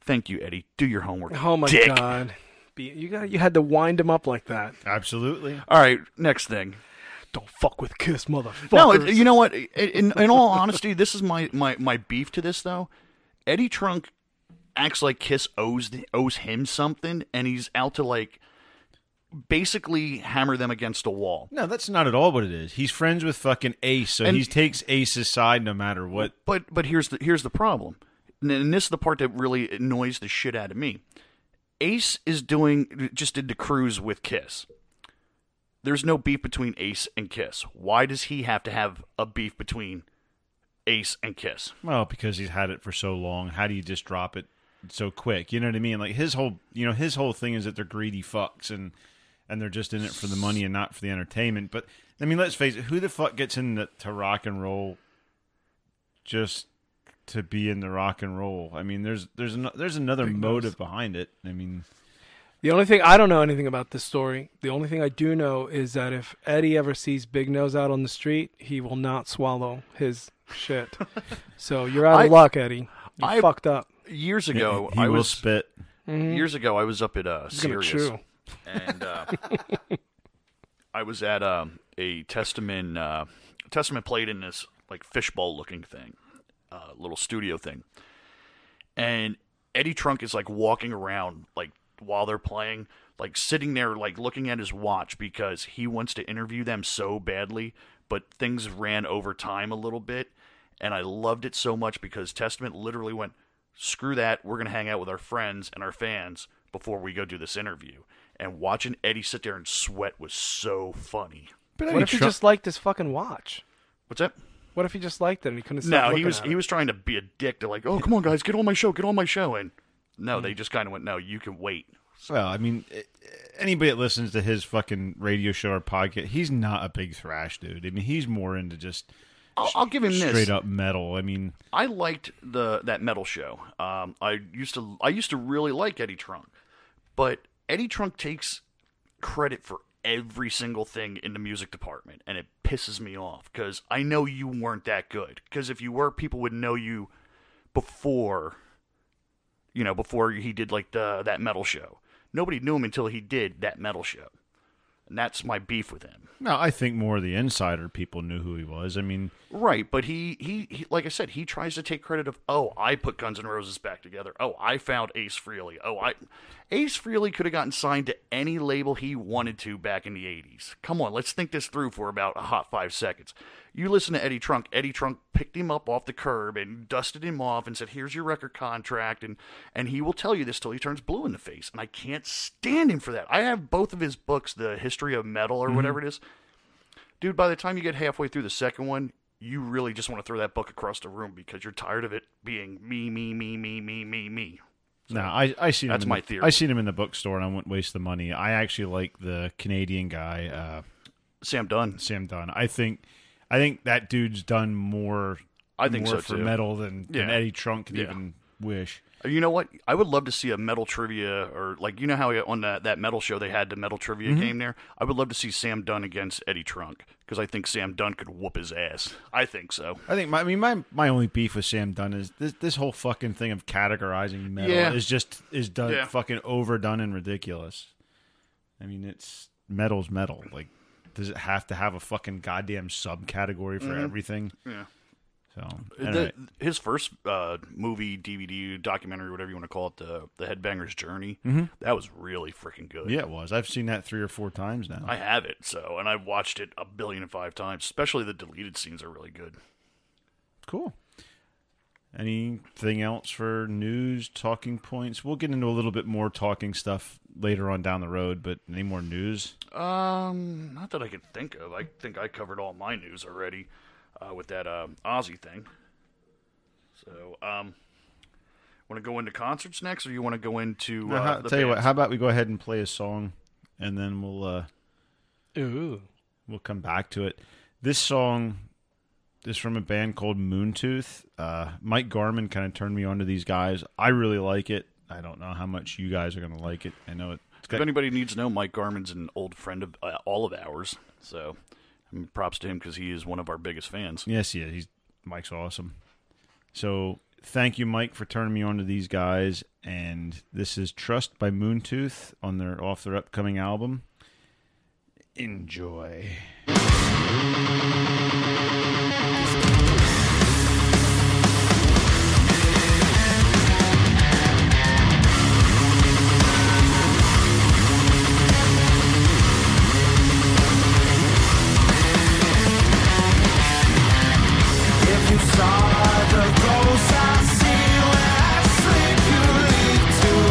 [SPEAKER 3] Thank you, Eddie. Do your homework.
[SPEAKER 2] Oh my
[SPEAKER 3] dick.
[SPEAKER 2] god, Be- you got you had to wind him up like that.
[SPEAKER 1] Absolutely.
[SPEAKER 3] All right, next thing.
[SPEAKER 2] Don't fuck with Kiss, motherfucker.
[SPEAKER 3] No, it, you know what? I- In, in all honesty, this is my, my, my beef to this though. Eddie Trunk acts like Kiss owes the, owes him something, and he's out to like basically hammer them against a wall.
[SPEAKER 1] No, that's not at all what it is. He's friends with fucking Ace, so
[SPEAKER 3] And-
[SPEAKER 1] he takes Ace's side no matter what.
[SPEAKER 3] But but here's the here's the problem, and, and this is the part that really annoys the shit out of me. Ace is doing just did the cruise with Kiss. There's no beef between Ace and Kiss. Why does he have to have a beef between Ace and Kiss?
[SPEAKER 1] Well, because he's had it for so long, how do you just drop it so quick? You know what I mean? Like his whole, you know, his whole thing is that they're greedy fucks and and they're just in it for the money and not for the entertainment. But I mean, let's face it, who the fuck gets into to rock and roll just to be in the rock and roll? I mean, there's there's an, there's another motive behind it. I mean,
[SPEAKER 2] The only thing I don't know anything about this story. The only thing I do know is that if Eddie ever sees Big Nose out on the street, he will not swallow his shit. so you're out of
[SPEAKER 3] I-
[SPEAKER 2] luck, Eddie. You
[SPEAKER 3] I-
[SPEAKER 2] fucked up.
[SPEAKER 3] Years ago,
[SPEAKER 1] he
[SPEAKER 3] I
[SPEAKER 1] will
[SPEAKER 3] was
[SPEAKER 1] spit.
[SPEAKER 3] years ago I was up at uh,
[SPEAKER 2] Mm-hmm. He's gonna
[SPEAKER 3] Sirius,
[SPEAKER 2] chew.
[SPEAKER 3] and uh, I was at um, a testament uh, testament played in this like fishbowl looking thing, uh, little studio thing, and Eddie Trunk is like walking around like while they're playing, like sitting there like looking at his watch because he wants to interview them so badly, but things ran over time a little bit, and I loved it so much because Testament literally went, "Screw that, we're gonna hang out with our friends and our fans before we go do this interview." And watching Eddie sit there and sweat was so funny.
[SPEAKER 1] But
[SPEAKER 2] What if he just liked his fucking watch?
[SPEAKER 3] What's that?
[SPEAKER 2] What if he just liked it and he couldn't stop
[SPEAKER 3] No, he
[SPEAKER 2] looking
[SPEAKER 3] was
[SPEAKER 2] at
[SPEAKER 3] he
[SPEAKER 2] it?
[SPEAKER 3] was trying to be a dick to like, oh come on guys, get on my show, get on my show, and no,
[SPEAKER 2] Mm.
[SPEAKER 3] they just kind of went, no, you can wait.
[SPEAKER 1] Well, I mean, eh, anybody that listens to his fucking radio show or podcast, he's not a big thrash dude. I mean, he's more into just
[SPEAKER 3] I'll, I'll give him this.
[SPEAKER 1] straight up metal. I mean,
[SPEAKER 3] I liked the that metal show. Um, I used to I used to really like Eddie Trunk, but Eddie Trunk takes credit for every single thing in the music department, and it pisses me off because I know you weren't that good. Because if you were, people would know you before, you know, before he did like the that metal show. Nobody knew him until he did that metal show, and that's my beef with him.
[SPEAKER 1] no, I think more of the insider people knew who he was. I mean,
[SPEAKER 3] Right, but he, he he like I said, he tries to take credit of oh I put Guns N' Roses back together. Oh I found Ace Frehley. Oh I Ace Frehley could have gotten signed to any label he wanted to back in the eighties. Come on, let's think this through for about a hot five seconds. You listen to Eddie Trunk. Eddie Trunk picked him up off the curb and dusted him off and said, "Here's your record contract," and and he will tell you this till he turns blue in the face. And I can't stand him for that. I have both of his books, The History of Metal or whatever it is dude, by the time you get halfway through the second one, you really just want to throw that book across the room because you're tired of it being me, me, me, me, me, me, me.
[SPEAKER 1] no, I I seen
[SPEAKER 3] That's
[SPEAKER 1] him in
[SPEAKER 3] my
[SPEAKER 1] the-
[SPEAKER 3] theory.
[SPEAKER 1] I seen him in the bookstore, and I wouldn't waste the money. I actually like the Canadian guy, uh,
[SPEAKER 3] Sam Dunn.
[SPEAKER 1] Sam Dunn. I think, I think that dude's done more.
[SPEAKER 3] I think
[SPEAKER 1] more
[SPEAKER 3] so,
[SPEAKER 1] for
[SPEAKER 3] too.
[SPEAKER 1] metal than, than
[SPEAKER 3] Yeah.
[SPEAKER 1] Eddie Trunk could
[SPEAKER 3] Yeah.
[SPEAKER 1] even wish.
[SPEAKER 3] You know what? I would love to see a metal trivia or like you know how on that, that metal show they had the metal trivia game there. I would love to see Sam Dunn against Eddie Trunk because I think Sam Dunn could whoop his ass. I think so.
[SPEAKER 1] I think my I mean my my only beef with Sam Dunn is this this whole fucking thing of categorizing metal
[SPEAKER 3] Yeah.
[SPEAKER 1] is just is done
[SPEAKER 3] Yeah.
[SPEAKER 1] fucking overdone and ridiculous. I mean it's metal's metal. Like does it have to have a fucking goddamn subcategory for everything?
[SPEAKER 3] Mm-hmm. Yeah.
[SPEAKER 1] So
[SPEAKER 3] The,
[SPEAKER 1] anyway,
[SPEAKER 3] his first uh, movie, DVD, documentary, whatever you want to call it, the the Headbanger's Journey. That was really freaking good.
[SPEAKER 1] yeah, it was. I've seen that three or four times now.
[SPEAKER 3] I have it, so and I've watched it a billion and five times. Especially the deleted scenes are really good.
[SPEAKER 1] Cool. Anything else for news talking points? We'll get into a little bit more talking stuff later on down the road, but any more news?
[SPEAKER 3] Um, not that I can think of. I think I covered all my news already uh, with that um, Aussie thing. So, um, want to go into concerts next, or you want to go into?
[SPEAKER 1] Now,
[SPEAKER 3] uh,
[SPEAKER 1] how-
[SPEAKER 3] the
[SPEAKER 1] Uh-huh, tell you what,
[SPEAKER 3] bands?
[SPEAKER 1] how about we go ahead and play a song, and then we'll uh,
[SPEAKER 2] Ooh.
[SPEAKER 1] we'll come back to it. This song is from a band called Moontooth. Uh, Mike Garman kind of turned me on to these guys. I really like it. I don't know how much you guys are going to like it. I know it. it's
[SPEAKER 3] if
[SPEAKER 1] got-
[SPEAKER 3] anybody needs to know, Mike Garman's an old friend of uh, all of ours. So, um, props to him because he is one of our biggest fans.
[SPEAKER 1] yes, yeah, he's Mike's awesome. So thank you, Mike, for turning me on to these guys. And this is Trust by Moontooth on their off their upcoming album. Enjoy.
[SPEAKER 4] Thank If you saw the ghosts I see when I sleep, you leave too.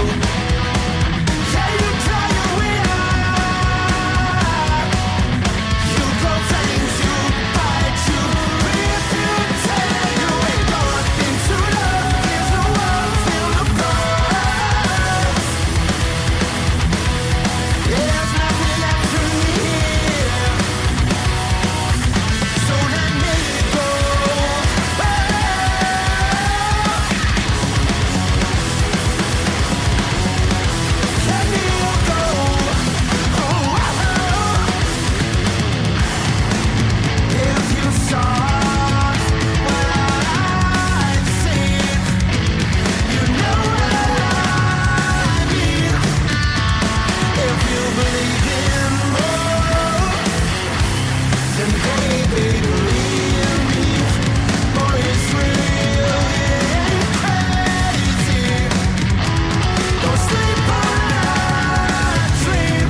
[SPEAKER 4] Can you tell your winner? You go things you bite you. If you take away nothing to love, is the world filled with birds? There's nothing left to me here. So let me go. Let me go. If you saw what I've seen, you know what I mean. If you believe in love. And baby, believe me, boy, it's really crazy. Don't sleep on our dream.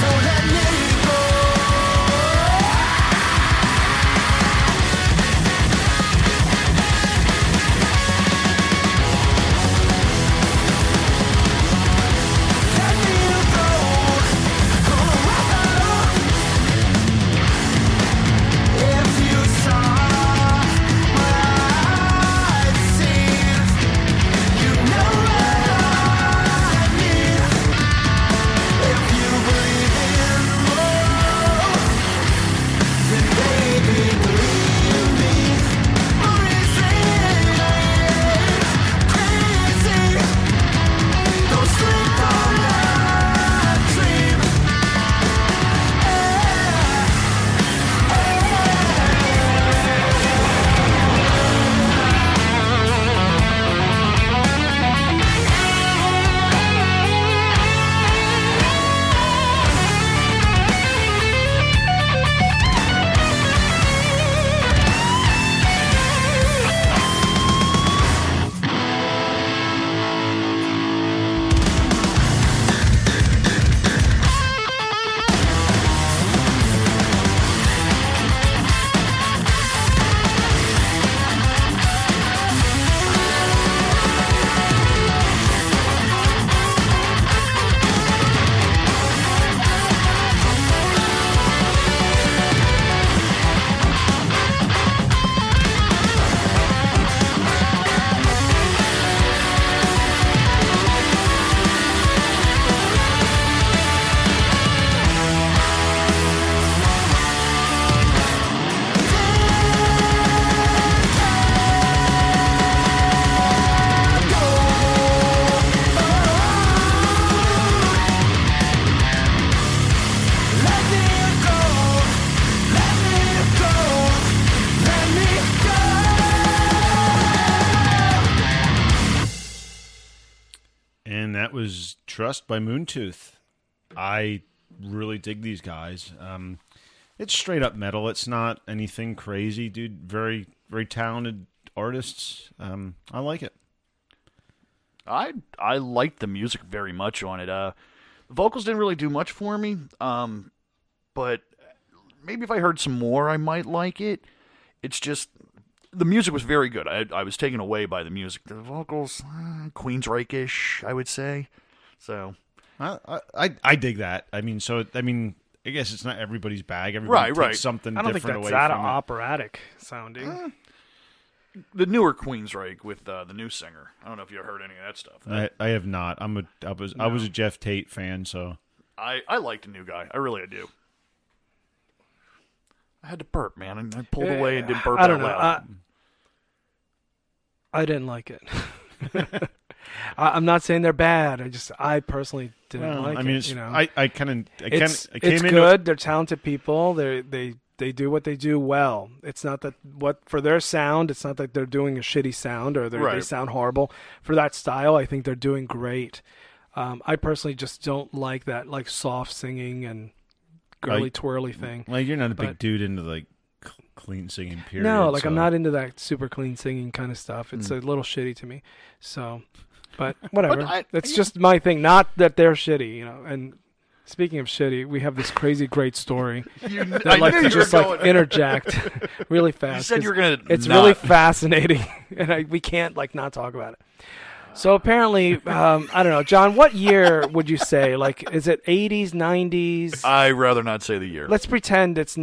[SPEAKER 4] So let me go. Don't sleep on that dream Let me go, let me go, let me
[SPEAKER 1] and that was Trust by Moontooth. I really dig these guys. Um, it's straight up metal. It's not anything crazy, dude. Very very talented artists. Um, I like it.
[SPEAKER 3] I I liked the music very much on it. Uh, the vocals didn't really do much for me, um, but maybe if I heard some more, I might like it. It's just the music was very good. I, I was taken away by the music. The vocals, uh, Queensryche-ish, I would say. So
[SPEAKER 1] I, I I dig that. I mean, so I mean, I guess it's not everybody's bag. Everybody
[SPEAKER 3] Right,
[SPEAKER 1] takes
[SPEAKER 3] right.
[SPEAKER 1] something
[SPEAKER 2] I don't think
[SPEAKER 1] different
[SPEAKER 2] that's
[SPEAKER 1] away
[SPEAKER 2] that
[SPEAKER 1] from it. Eh.
[SPEAKER 2] operatic sounding.
[SPEAKER 3] the newer Queensryche with uh, the new singer. I don't know if you heard any of that stuff.
[SPEAKER 1] I, I have not. I'm a I was I was a Jeff Tate fan, so
[SPEAKER 3] I I like the new guy. I really do. I had to burp, man, and I pulled away and didn't burp.
[SPEAKER 2] I don't
[SPEAKER 3] out
[SPEAKER 2] know. I,
[SPEAKER 3] loud.
[SPEAKER 2] I didn't like it. I, I'm not saying they're bad. I just I personally didn't like
[SPEAKER 1] I mean,
[SPEAKER 2] it.
[SPEAKER 1] it's,
[SPEAKER 2] you know,
[SPEAKER 1] I I kind of I, can,
[SPEAKER 2] it's
[SPEAKER 1] I came
[SPEAKER 2] it's
[SPEAKER 1] into
[SPEAKER 2] good. They're talented people. They they they do what they do well. It's not that what for their sound. It's not that they're doing a shitty sound or they're they
[SPEAKER 3] Right.
[SPEAKER 2] sound horrible for that style. I think they're doing great. Um, I personally just don't like that like soft singing and girly
[SPEAKER 1] Like-
[SPEAKER 2] twirly thing.
[SPEAKER 1] Like you're not a big
[SPEAKER 2] But-
[SPEAKER 1] dude into like cl- clean singing period.
[SPEAKER 2] No, like I'm
[SPEAKER 1] so-
[SPEAKER 2] not into that super clean singing kind of stuff.
[SPEAKER 3] Hmm.
[SPEAKER 2] It's a little shitty to me. So, but whatever.
[SPEAKER 3] I-
[SPEAKER 2] That's
[SPEAKER 3] I-
[SPEAKER 2] just my thing. Not that they're shitty, you know. And speaking of shitty, we have this crazy great story.
[SPEAKER 3] You,
[SPEAKER 2] that
[SPEAKER 3] I
[SPEAKER 2] I'd like
[SPEAKER 3] knew
[SPEAKER 2] to
[SPEAKER 3] you were
[SPEAKER 2] just like
[SPEAKER 3] going-
[SPEAKER 2] interject really fast.
[SPEAKER 3] You said you
[SPEAKER 2] 'cause
[SPEAKER 3] were gonna.
[SPEAKER 2] it's
[SPEAKER 3] not.
[SPEAKER 2] really fascinating, and I, we can't like not talk about it. So apparently, um, I don't know, John. What year would you say? Like, is it 80s, 90s?
[SPEAKER 3] I rather not say the year.
[SPEAKER 2] Let's pretend it's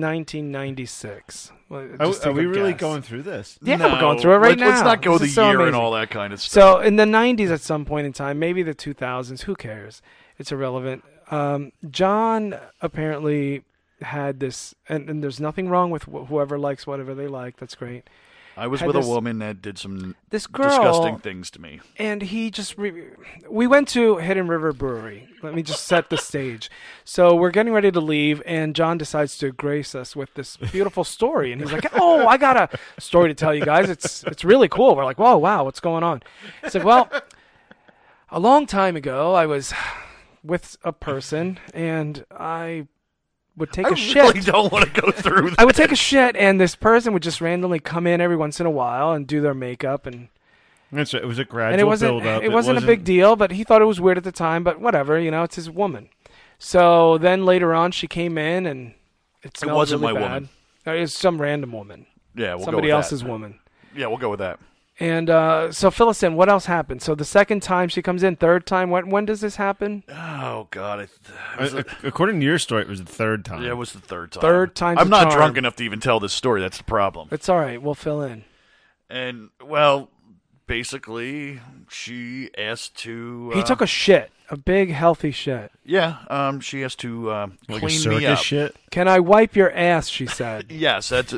[SPEAKER 2] 1996. Well,
[SPEAKER 1] Are,
[SPEAKER 2] just
[SPEAKER 1] are
[SPEAKER 2] take
[SPEAKER 1] we
[SPEAKER 2] a
[SPEAKER 1] really
[SPEAKER 2] guess.
[SPEAKER 1] going through this?
[SPEAKER 2] Yeah,
[SPEAKER 3] No,
[SPEAKER 2] we're going through it right
[SPEAKER 3] let's,
[SPEAKER 2] now.
[SPEAKER 3] Let's not go
[SPEAKER 2] This
[SPEAKER 3] the
[SPEAKER 2] is so
[SPEAKER 3] year and
[SPEAKER 2] amazing.
[SPEAKER 3] all that kind of stuff.
[SPEAKER 2] So in the '90s, at some point in time, maybe the 2000s, who cares? It's irrelevant. Um, John apparently had this, and, and there's nothing wrong with wh- whoever likes whatever they like. That's great.
[SPEAKER 3] I was
[SPEAKER 2] had
[SPEAKER 3] with
[SPEAKER 2] this-
[SPEAKER 3] a woman that did some
[SPEAKER 2] This girl,
[SPEAKER 3] disgusting things to me.
[SPEAKER 2] and he just re- we went to Hidden River Brewery. Let me just set the stage. So we're getting ready to leave, and John decides to grace us with this beautiful story. And he's like, "Oh, I got a story to tell you guys. It's it's really cool." We're like, "Whoa, wow, what's going on?" It's like, "Well, a long time ago, I was with a person, and I would take a
[SPEAKER 3] I
[SPEAKER 2] shit."
[SPEAKER 3] really don't want to go through.
[SPEAKER 2] I would take a shit, and this person would just randomly come in every once in a while and do their makeup and
[SPEAKER 1] That's right. It was a gradual
[SPEAKER 2] and it wasn't
[SPEAKER 1] build up.
[SPEAKER 2] it wasn't a big deal, but he thought it was weird at the time. But whatever, you know, it's his woman. So then later on, she came in and it smelled
[SPEAKER 3] wasn't
[SPEAKER 2] really
[SPEAKER 3] my
[SPEAKER 2] bad.
[SPEAKER 3] woman.
[SPEAKER 2] No, It was some random woman,
[SPEAKER 3] Yeah, we'll
[SPEAKER 2] somebody
[SPEAKER 3] go with
[SPEAKER 2] else's
[SPEAKER 3] That.
[SPEAKER 2] woman.
[SPEAKER 3] Yeah, we'll go with that.
[SPEAKER 2] And uh, so fill us in. What else happened? So the second time she comes in, third time. When when does this happen?
[SPEAKER 3] Oh God, it, it was
[SPEAKER 1] Uh, ac- According to your story, it was the third time.
[SPEAKER 3] Yeah, it was the third time.
[SPEAKER 2] Third time's
[SPEAKER 3] I'm
[SPEAKER 2] a
[SPEAKER 3] not
[SPEAKER 2] charm.
[SPEAKER 3] drunk enough to even tell this story. That's the problem.
[SPEAKER 2] It's all right. We'll fill in.
[SPEAKER 3] And well, basically, she asked to. Uh,
[SPEAKER 2] He took a shit, a big healthy shit.
[SPEAKER 3] yeah. Um, she asked to uh,
[SPEAKER 1] like a
[SPEAKER 3] clean
[SPEAKER 1] circus
[SPEAKER 3] me up.
[SPEAKER 1] shit.
[SPEAKER 2] Can I wipe your ass? She said.
[SPEAKER 3] Yes, that's.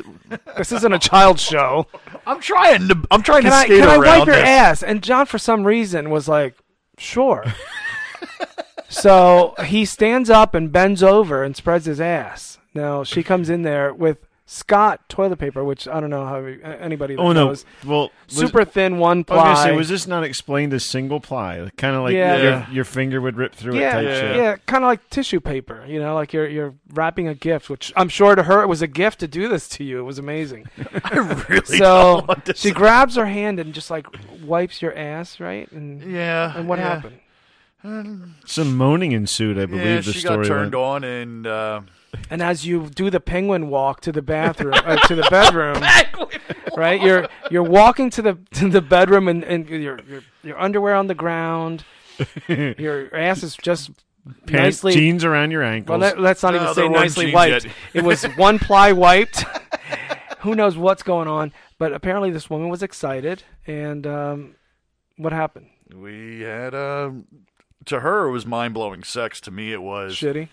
[SPEAKER 2] this isn't a child show.
[SPEAKER 3] I'm trying to. I'm trying
[SPEAKER 2] can
[SPEAKER 3] to
[SPEAKER 2] I
[SPEAKER 3] skate
[SPEAKER 2] can I
[SPEAKER 3] around
[SPEAKER 2] wipe your
[SPEAKER 3] this.
[SPEAKER 2] ass? And John, for some reason, was like, sure. so he stands up and bends over and spreads his ass. Now she comes in there with Scott toilet paper, which I don't know how we- anybody. That
[SPEAKER 1] Oh no!
[SPEAKER 2] knows.
[SPEAKER 1] Well, was-
[SPEAKER 2] super thin
[SPEAKER 1] I
[SPEAKER 2] one
[SPEAKER 1] was
[SPEAKER 2] ply.
[SPEAKER 1] gonna say, was this not explained as single ply? Kind of like
[SPEAKER 2] Yeah.
[SPEAKER 1] your,
[SPEAKER 3] Yeah.
[SPEAKER 1] your finger would rip through it
[SPEAKER 2] yeah,
[SPEAKER 1] type
[SPEAKER 2] yeah,
[SPEAKER 1] shit.
[SPEAKER 2] kind of like tissue paper. You know, like you're you're wrapping a gift, which I'm sure to her it was a gift to do this to you. It was amazing.
[SPEAKER 3] I really
[SPEAKER 2] so
[SPEAKER 3] don't want this.
[SPEAKER 2] she grabs her hand and just like wipes your ass, right? And
[SPEAKER 3] yeah.
[SPEAKER 2] and what
[SPEAKER 3] yeah.
[SPEAKER 2] happened?
[SPEAKER 1] Some moaning ensued, I believe.
[SPEAKER 3] Yeah,
[SPEAKER 1] the
[SPEAKER 3] she
[SPEAKER 1] story
[SPEAKER 3] got turned
[SPEAKER 1] went.
[SPEAKER 3] on and. Uh,
[SPEAKER 2] And as you do the penguin walk to the bathroom, uh, to the bedroom, right? You're you're walking to the to the bedroom, and and your your, your underwear on the ground, your ass is just
[SPEAKER 1] Pants,
[SPEAKER 2] nicely.
[SPEAKER 1] jeans around your
[SPEAKER 2] Well,
[SPEAKER 1] ankles.
[SPEAKER 2] let, us not
[SPEAKER 3] No,
[SPEAKER 2] even
[SPEAKER 3] there
[SPEAKER 2] say
[SPEAKER 3] weren't
[SPEAKER 2] nicely
[SPEAKER 3] jeans
[SPEAKER 2] wiped.
[SPEAKER 3] yet.
[SPEAKER 2] it was one ply wiped. Who knows what's going on? But apparently, this woman was excited, and um, what happened?
[SPEAKER 3] we had Uh, to her, it was mind blowing sex. To me, it was.
[SPEAKER 2] Shitty.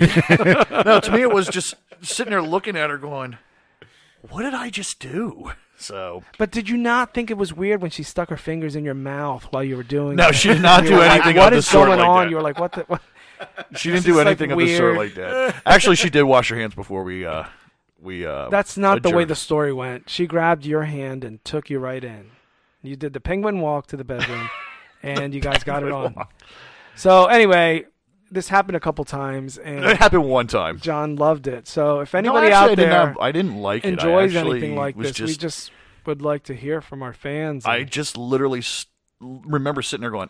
[SPEAKER 3] No, to me, it was just sitting there looking at her, going, "What did I just do?" So
[SPEAKER 2] But did you not think it was weird when she stuck her fingers in your mouth while you were doing?
[SPEAKER 3] no,
[SPEAKER 2] it?
[SPEAKER 3] she did not
[SPEAKER 2] You
[SPEAKER 3] do
[SPEAKER 2] were like,
[SPEAKER 3] anything
[SPEAKER 2] What
[SPEAKER 3] of the
[SPEAKER 2] is
[SPEAKER 3] sort
[SPEAKER 2] going
[SPEAKER 3] like
[SPEAKER 2] on?
[SPEAKER 3] that.
[SPEAKER 2] You were like, what the? What?
[SPEAKER 3] she didn't
[SPEAKER 2] is,
[SPEAKER 3] do
[SPEAKER 2] like,
[SPEAKER 3] anything of the sort
[SPEAKER 2] weird.
[SPEAKER 3] like that. Actually, she did wash her hands before we. uh We. uh
[SPEAKER 2] That's not the way
[SPEAKER 3] adjourned.
[SPEAKER 2] the story went. She grabbed your hand and took you right in. You did the penguin walk to the bedroom, and you guys got it on. So anyway, this happened a couple times,
[SPEAKER 3] It
[SPEAKER 2] and
[SPEAKER 3] happened one time.
[SPEAKER 2] John loved it. So if
[SPEAKER 3] No,
[SPEAKER 2] anybody
[SPEAKER 3] actually, I
[SPEAKER 2] out
[SPEAKER 3] didn't
[SPEAKER 2] there
[SPEAKER 3] have- I didn't like
[SPEAKER 2] enjoys
[SPEAKER 3] it. I actually
[SPEAKER 2] anything like
[SPEAKER 3] was
[SPEAKER 2] this, we just would like to hear from our fans.
[SPEAKER 3] I
[SPEAKER 2] And
[SPEAKER 3] just literally s remember sitting there going,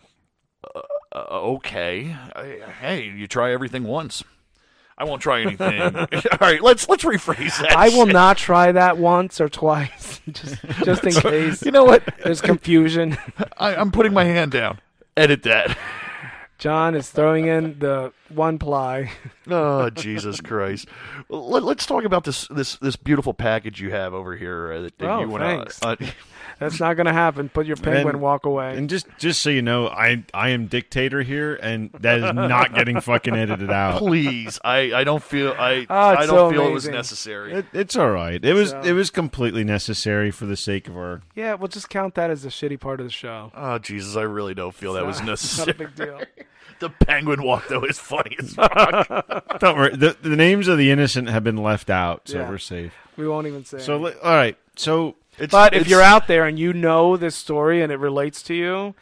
[SPEAKER 3] uh, uh, "Okay, I, hey, you try everything once." I won't try anything. All right, let's let's rephrase that.
[SPEAKER 2] I will
[SPEAKER 3] shit.
[SPEAKER 2] not try that once or twice, just just in case
[SPEAKER 3] You know what?
[SPEAKER 2] there's confusion.
[SPEAKER 3] I, I'm putting my hand down. Edit that.
[SPEAKER 2] John is throwing in the one ply.
[SPEAKER 3] Oh Jesus Christ! Well, Let, let's talk about this this this beautiful package you have over here uh, that, that
[SPEAKER 2] Oh,
[SPEAKER 3] you want
[SPEAKER 2] thanks.
[SPEAKER 3] to. Uh,
[SPEAKER 2] That's not going to happen. Put your penguin
[SPEAKER 1] And-
[SPEAKER 2] walk away.
[SPEAKER 1] And just just so you know, I I am dictator here, and that is not getting fucking edited out.
[SPEAKER 3] please, I I don't feel I
[SPEAKER 2] Oh, it's
[SPEAKER 3] I don't
[SPEAKER 2] so
[SPEAKER 3] feel it was
[SPEAKER 2] amazing.
[SPEAKER 3] necessary.
[SPEAKER 1] It, it's all right. It was
[SPEAKER 2] So-
[SPEAKER 1] it was completely necessary for the sake of our.
[SPEAKER 2] yeah, we'll just count that as a shitty part of the show.
[SPEAKER 3] oh Jesus, I really don't feel that was
[SPEAKER 2] It's not a
[SPEAKER 3] necessary.
[SPEAKER 2] big deal.
[SPEAKER 3] The penguin walk though is funny as fuck.
[SPEAKER 1] Don't worry. The, the names of the innocent have been left out, so
[SPEAKER 2] Yeah.
[SPEAKER 1] we're safe.
[SPEAKER 2] We won't even say.
[SPEAKER 1] So
[SPEAKER 2] anything.
[SPEAKER 1] li- all right. So
[SPEAKER 3] It's-
[SPEAKER 2] but if
[SPEAKER 3] it's-
[SPEAKER 2] you're out there and you know this story and it relates to you,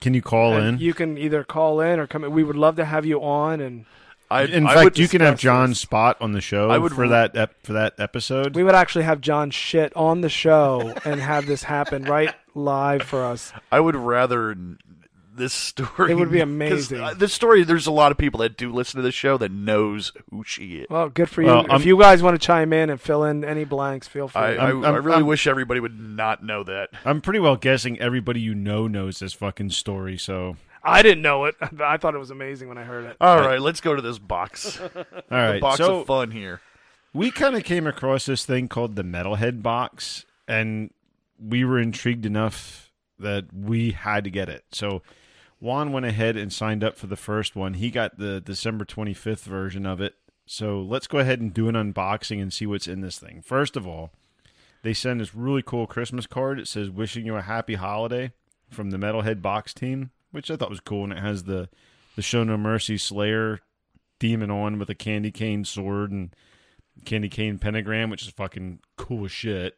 [SPEAKER 1] can you call
[SPEAKER 2] and
[SPEAKER 1] in?
[SPEAKER 2] you can either call in or come. in. We would love to have you on, and
[SPEAKER 3] I,
[SPEAKER 1] in
[SPEAKER 3] I
[SPEAKER 1] fact,
[SPEAKER 3] would
[SPEAKER 1] you can have
[SPEAKER 3] discuss
[SPEAKER 1] John
[SPEAKER 3] this.
[SPEAKER 1] Spot on the show
[SPEAKER 3] I would
[SPEAKER 1] for
[SPEAKER 3] re-
[SPEAKER 1] that ep- for that episode.
[SPEAKER 2] we would actually have John shit on the show and have this happen right live for us.
[SPEAKER 3] I would rather n- this story.
[SPEAKER 2] It would be
[SPEAKER 3] 'cause,
[SPEAKER 2] amazing.
[SPEAKER 3] uh, this story. There's a lot of people that do listen to this show that knows who she is.
[SPEAKER 2] Well, good for you.
[SPEAKER 1] Well,
[SPEAKER 2] if
[SPEAKER 1] I'm-
[SPEAKER 2] you guys want to chime in and fill in any blanks, feel free.
[SPEAKER 3] I, I,
[SPEAKER 1] I'm-
[SPEAKER 3] I
[SPEAKER 1] I'm-
[SPEAKER 3] really
[SPEAKER 1] I'm-
[SPEAKER 3] wish everybody would not know that.
[SPEAKER 1] I'm pretty well guessing everybody you know knows this fucking story. So
[SPEAKER 2] I didn't know it. I thought it was amazing when I heard it.
[SPEAKER 3] All right, let's go to this box.
[SPEAKER 1] all right.
[SPEAKER 3] the box
[SPEAKER 1] so
[SPEAKER 3] of fun here.
[SPEAKER 1] we kind of came across this thing called the metalhead box and we were intrigued enough that we had to get it so juan went ahead and signed up for the first one he got the december 25th version of it so let's go ahead and do an unboxing and see what's in this thing first of all they send this really cool christmas card it says wishing you a happy holiday from the metalhead box team which i thought was cool and it has the the show no mercy slayer demon on with a candy cane sword and candy cane pentagram, which is fucking cool as shit.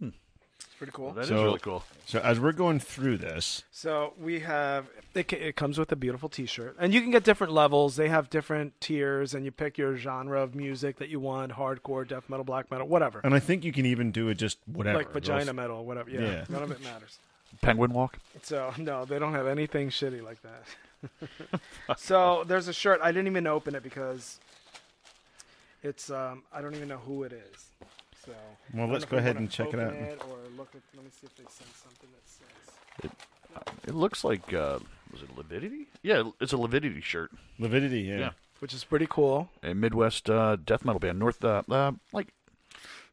[SPEAKER 2] It's pretty cool.
[SPEAKER 3] That is
[SPEAKER 1] So-
[SPEAKER 3] really cool.
[SPEAKER 1] So as we're going through this,
[SPEAKER 2] So we have it, ca- it comes with a beautiful T-shirt, and you can get different levels. They have different tiers, and you pick your genre of music that you want: hardcore, death metal, black metal, whatever.
[SPEAKER 1] and I think you can even do it just whatever,
[SPEAKER 2] Like vagina
[SPEAKER 1] Those-
[SPEAKER 2] metal, whatever. Yeah,
[SPEAKER 1] Yeah.
[SPEAKER 2] none of it matters.
[SPEAKER 3] Penguin walk.
[SPEAKER 2] So no, they don't have anything shitty like that. so there's a shirt. I didn't even open it because it's um, I don't even know who it is. So I don't
[SPEAKER 1] let's
[SPEAKER 2] know if
[SPEAKER 1] go
[SPEAKER 2] we
[SPEAKER 1] ahead
[SPEAKER 2] wanna
[SPEAKER 1] and check it
[SPEAKER 2] open
[SPEAKER 1] out.
[SPEAKER 2] or look at- let me see if they sent something that says.
[SPEAKER 3] It looks like uh, was it Levidity? Yeah, it's a Levidity shirt.
[SPEAKER 1] Lividity, yeah.
[SPEAKER 3] Yeah.
[SPEAKER 2] Which is pretty cool.
[SPEAKER 3] A Midwest uh, death metal band, North uh, uh, like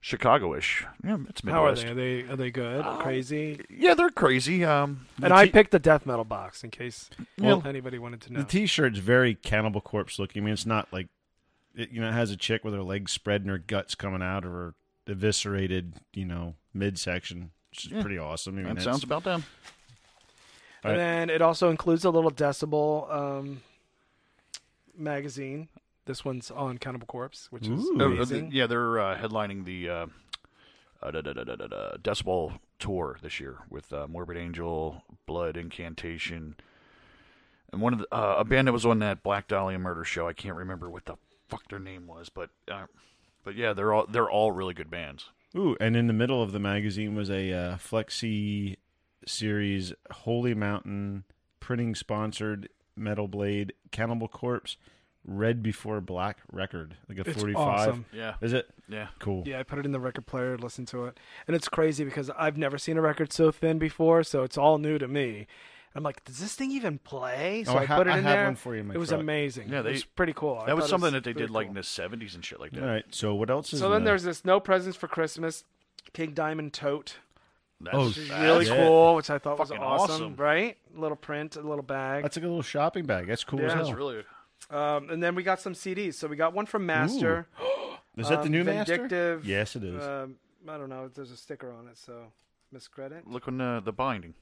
[SPEAKER 3] Chicago-ish. Yeah, it's Midwest.
[SPEAKER 2] How are they? Are they are they good? Crazy?
[SPEAKER 3] Yeah, they're crazy. Um,
[SPEAKER 2] And I picked the death metal box in case
[SPEAKER 1] Well,
[SPEAKER 2] anybody wanted to
[SPEAKER 1] The
[SPEAKER 2] know.
[SPEAKER 1] t-shirt's very cannibal corpse looking. I mean, it's not like it, you know, it has a chick with her legs spread and her guts coming out of her eviscerated, you know, midsection. Which is
[SPEAKER 3] Yeah.
[SPEAKER 1] pretty awesome. I mean,
[SPEAKER 3] that
[SPEAKER 1] that's-
[SPEAKER 3] sounds about them.
[SPEAKER 1] Alright.
[SPEAKER 2] and then it also includes a little decibel um, magazine. This one's on Cannibal Corpse, which is
[SPEAKER 1] Ooh.
[SPEAKER 3] Uh, uh,
[SPEAKER 2] amazing.
[SPEAKER 3] yeah, they're uh, headlining the uh, uh, da, da, da, da, da, da, Decibel tour this year with uh, Morbid Angel, Blood Incantation, and one of the, uh, a band that was on that Black Dahlia Murder show. I can't remember what the fuck their name was, but uh, but yeah, they're all they're all really good bands.
[SPEAKER 1] Ooh, and in the middle of the magazine was a uh, Flexi series Holy Mountain printing sponsored Metal Blade Cannibal Corpse Red Before Black record, like a
[SPEAKER 2] It's
[SPEAKER 1] 45.
[SPEAKER 2] awesome.
[SPEAKER 3] Yeah,
[SPEAKER 1] Is it
[SPEAKER 3] yeah.
[SPEAKER 1] cool?
[SPEAKER 2] Yeah, I put it in the record player, listened to it, and it's crazy because I've never seen a record so thin before, so it's all new to me. I'm like, does this thing even play? So
[SPEAKER 1] Oh, I
[SPEAKER 2] I
[SPEAKER 1] ha-
[SPEAKER 2] put it
[SPEAKER 1] I
[SPEAKER 2] in
[SPEAKER 1] have
[SPEAKER 2] there.
[SPEAKER 1] one for you in my
[SPEAKER 2] it was
[SPEAKER 1] truck.
[SPEAKER 2] amazing.
[SPEAKER 3] Yeah,
[SPEAKER 2] it
[SPEAKER 3] they-
[SPEAKER 2] was pretty cool. I
[SPEAKER 3] That was
[SPEAKER 2] thought it
[SPEAKER 3] something that they did
[SPEAKER 2] really
[SPEAKER 3] like in
[SPEAKER 2] cool.
[SPEAKER 3] the '70s and shit like that.
[SPEAKER 1] All right. So what else is
[SPEAKER 2] So
[SPEAKER 1] in
[SPEAKER 2] then
[SPEAKER 1] there?
[SPEAKER 2] there's this no presents for Christmas, King Diamond tote.
[SPEAKER 3] That's
[SPEAKER 1] Oh,
[SPEAKER 3] that's-
[SPEAKER 2] really
[SPEAKER 1] Yeah.
[SPEAKER 2] cool, which I thought was
[SPEAKER 3] Fucking
[SPEAKER 2] awesome,
[SPEAKER 3] awesome.
[SPEAKER 2] right? Little print, a little bag.
[SPEAKER 1] That's like a little shopping bag. That's cool
[SPEAKER 2] Yeah.
[SPEAKER 1] as
[SPEAKER 3] That's
[SPEAKER 1] hell.
[SPEAKER 3] really
[SPEAKER 2] Um, and then we got some CDs. So we got one from Master.
[SPEAKER 1] is that the
[SPEAKER 2] um,
[SPEAKER 1] new master?
[SPEAKER 2] Vindictive,
[SPEAKER 1] Yes, it is.
[SPEAKER 2] Um, I don't know. There's a sticker on it, so miscredit.
[SPEAKER 3] look on uh, the, the binding.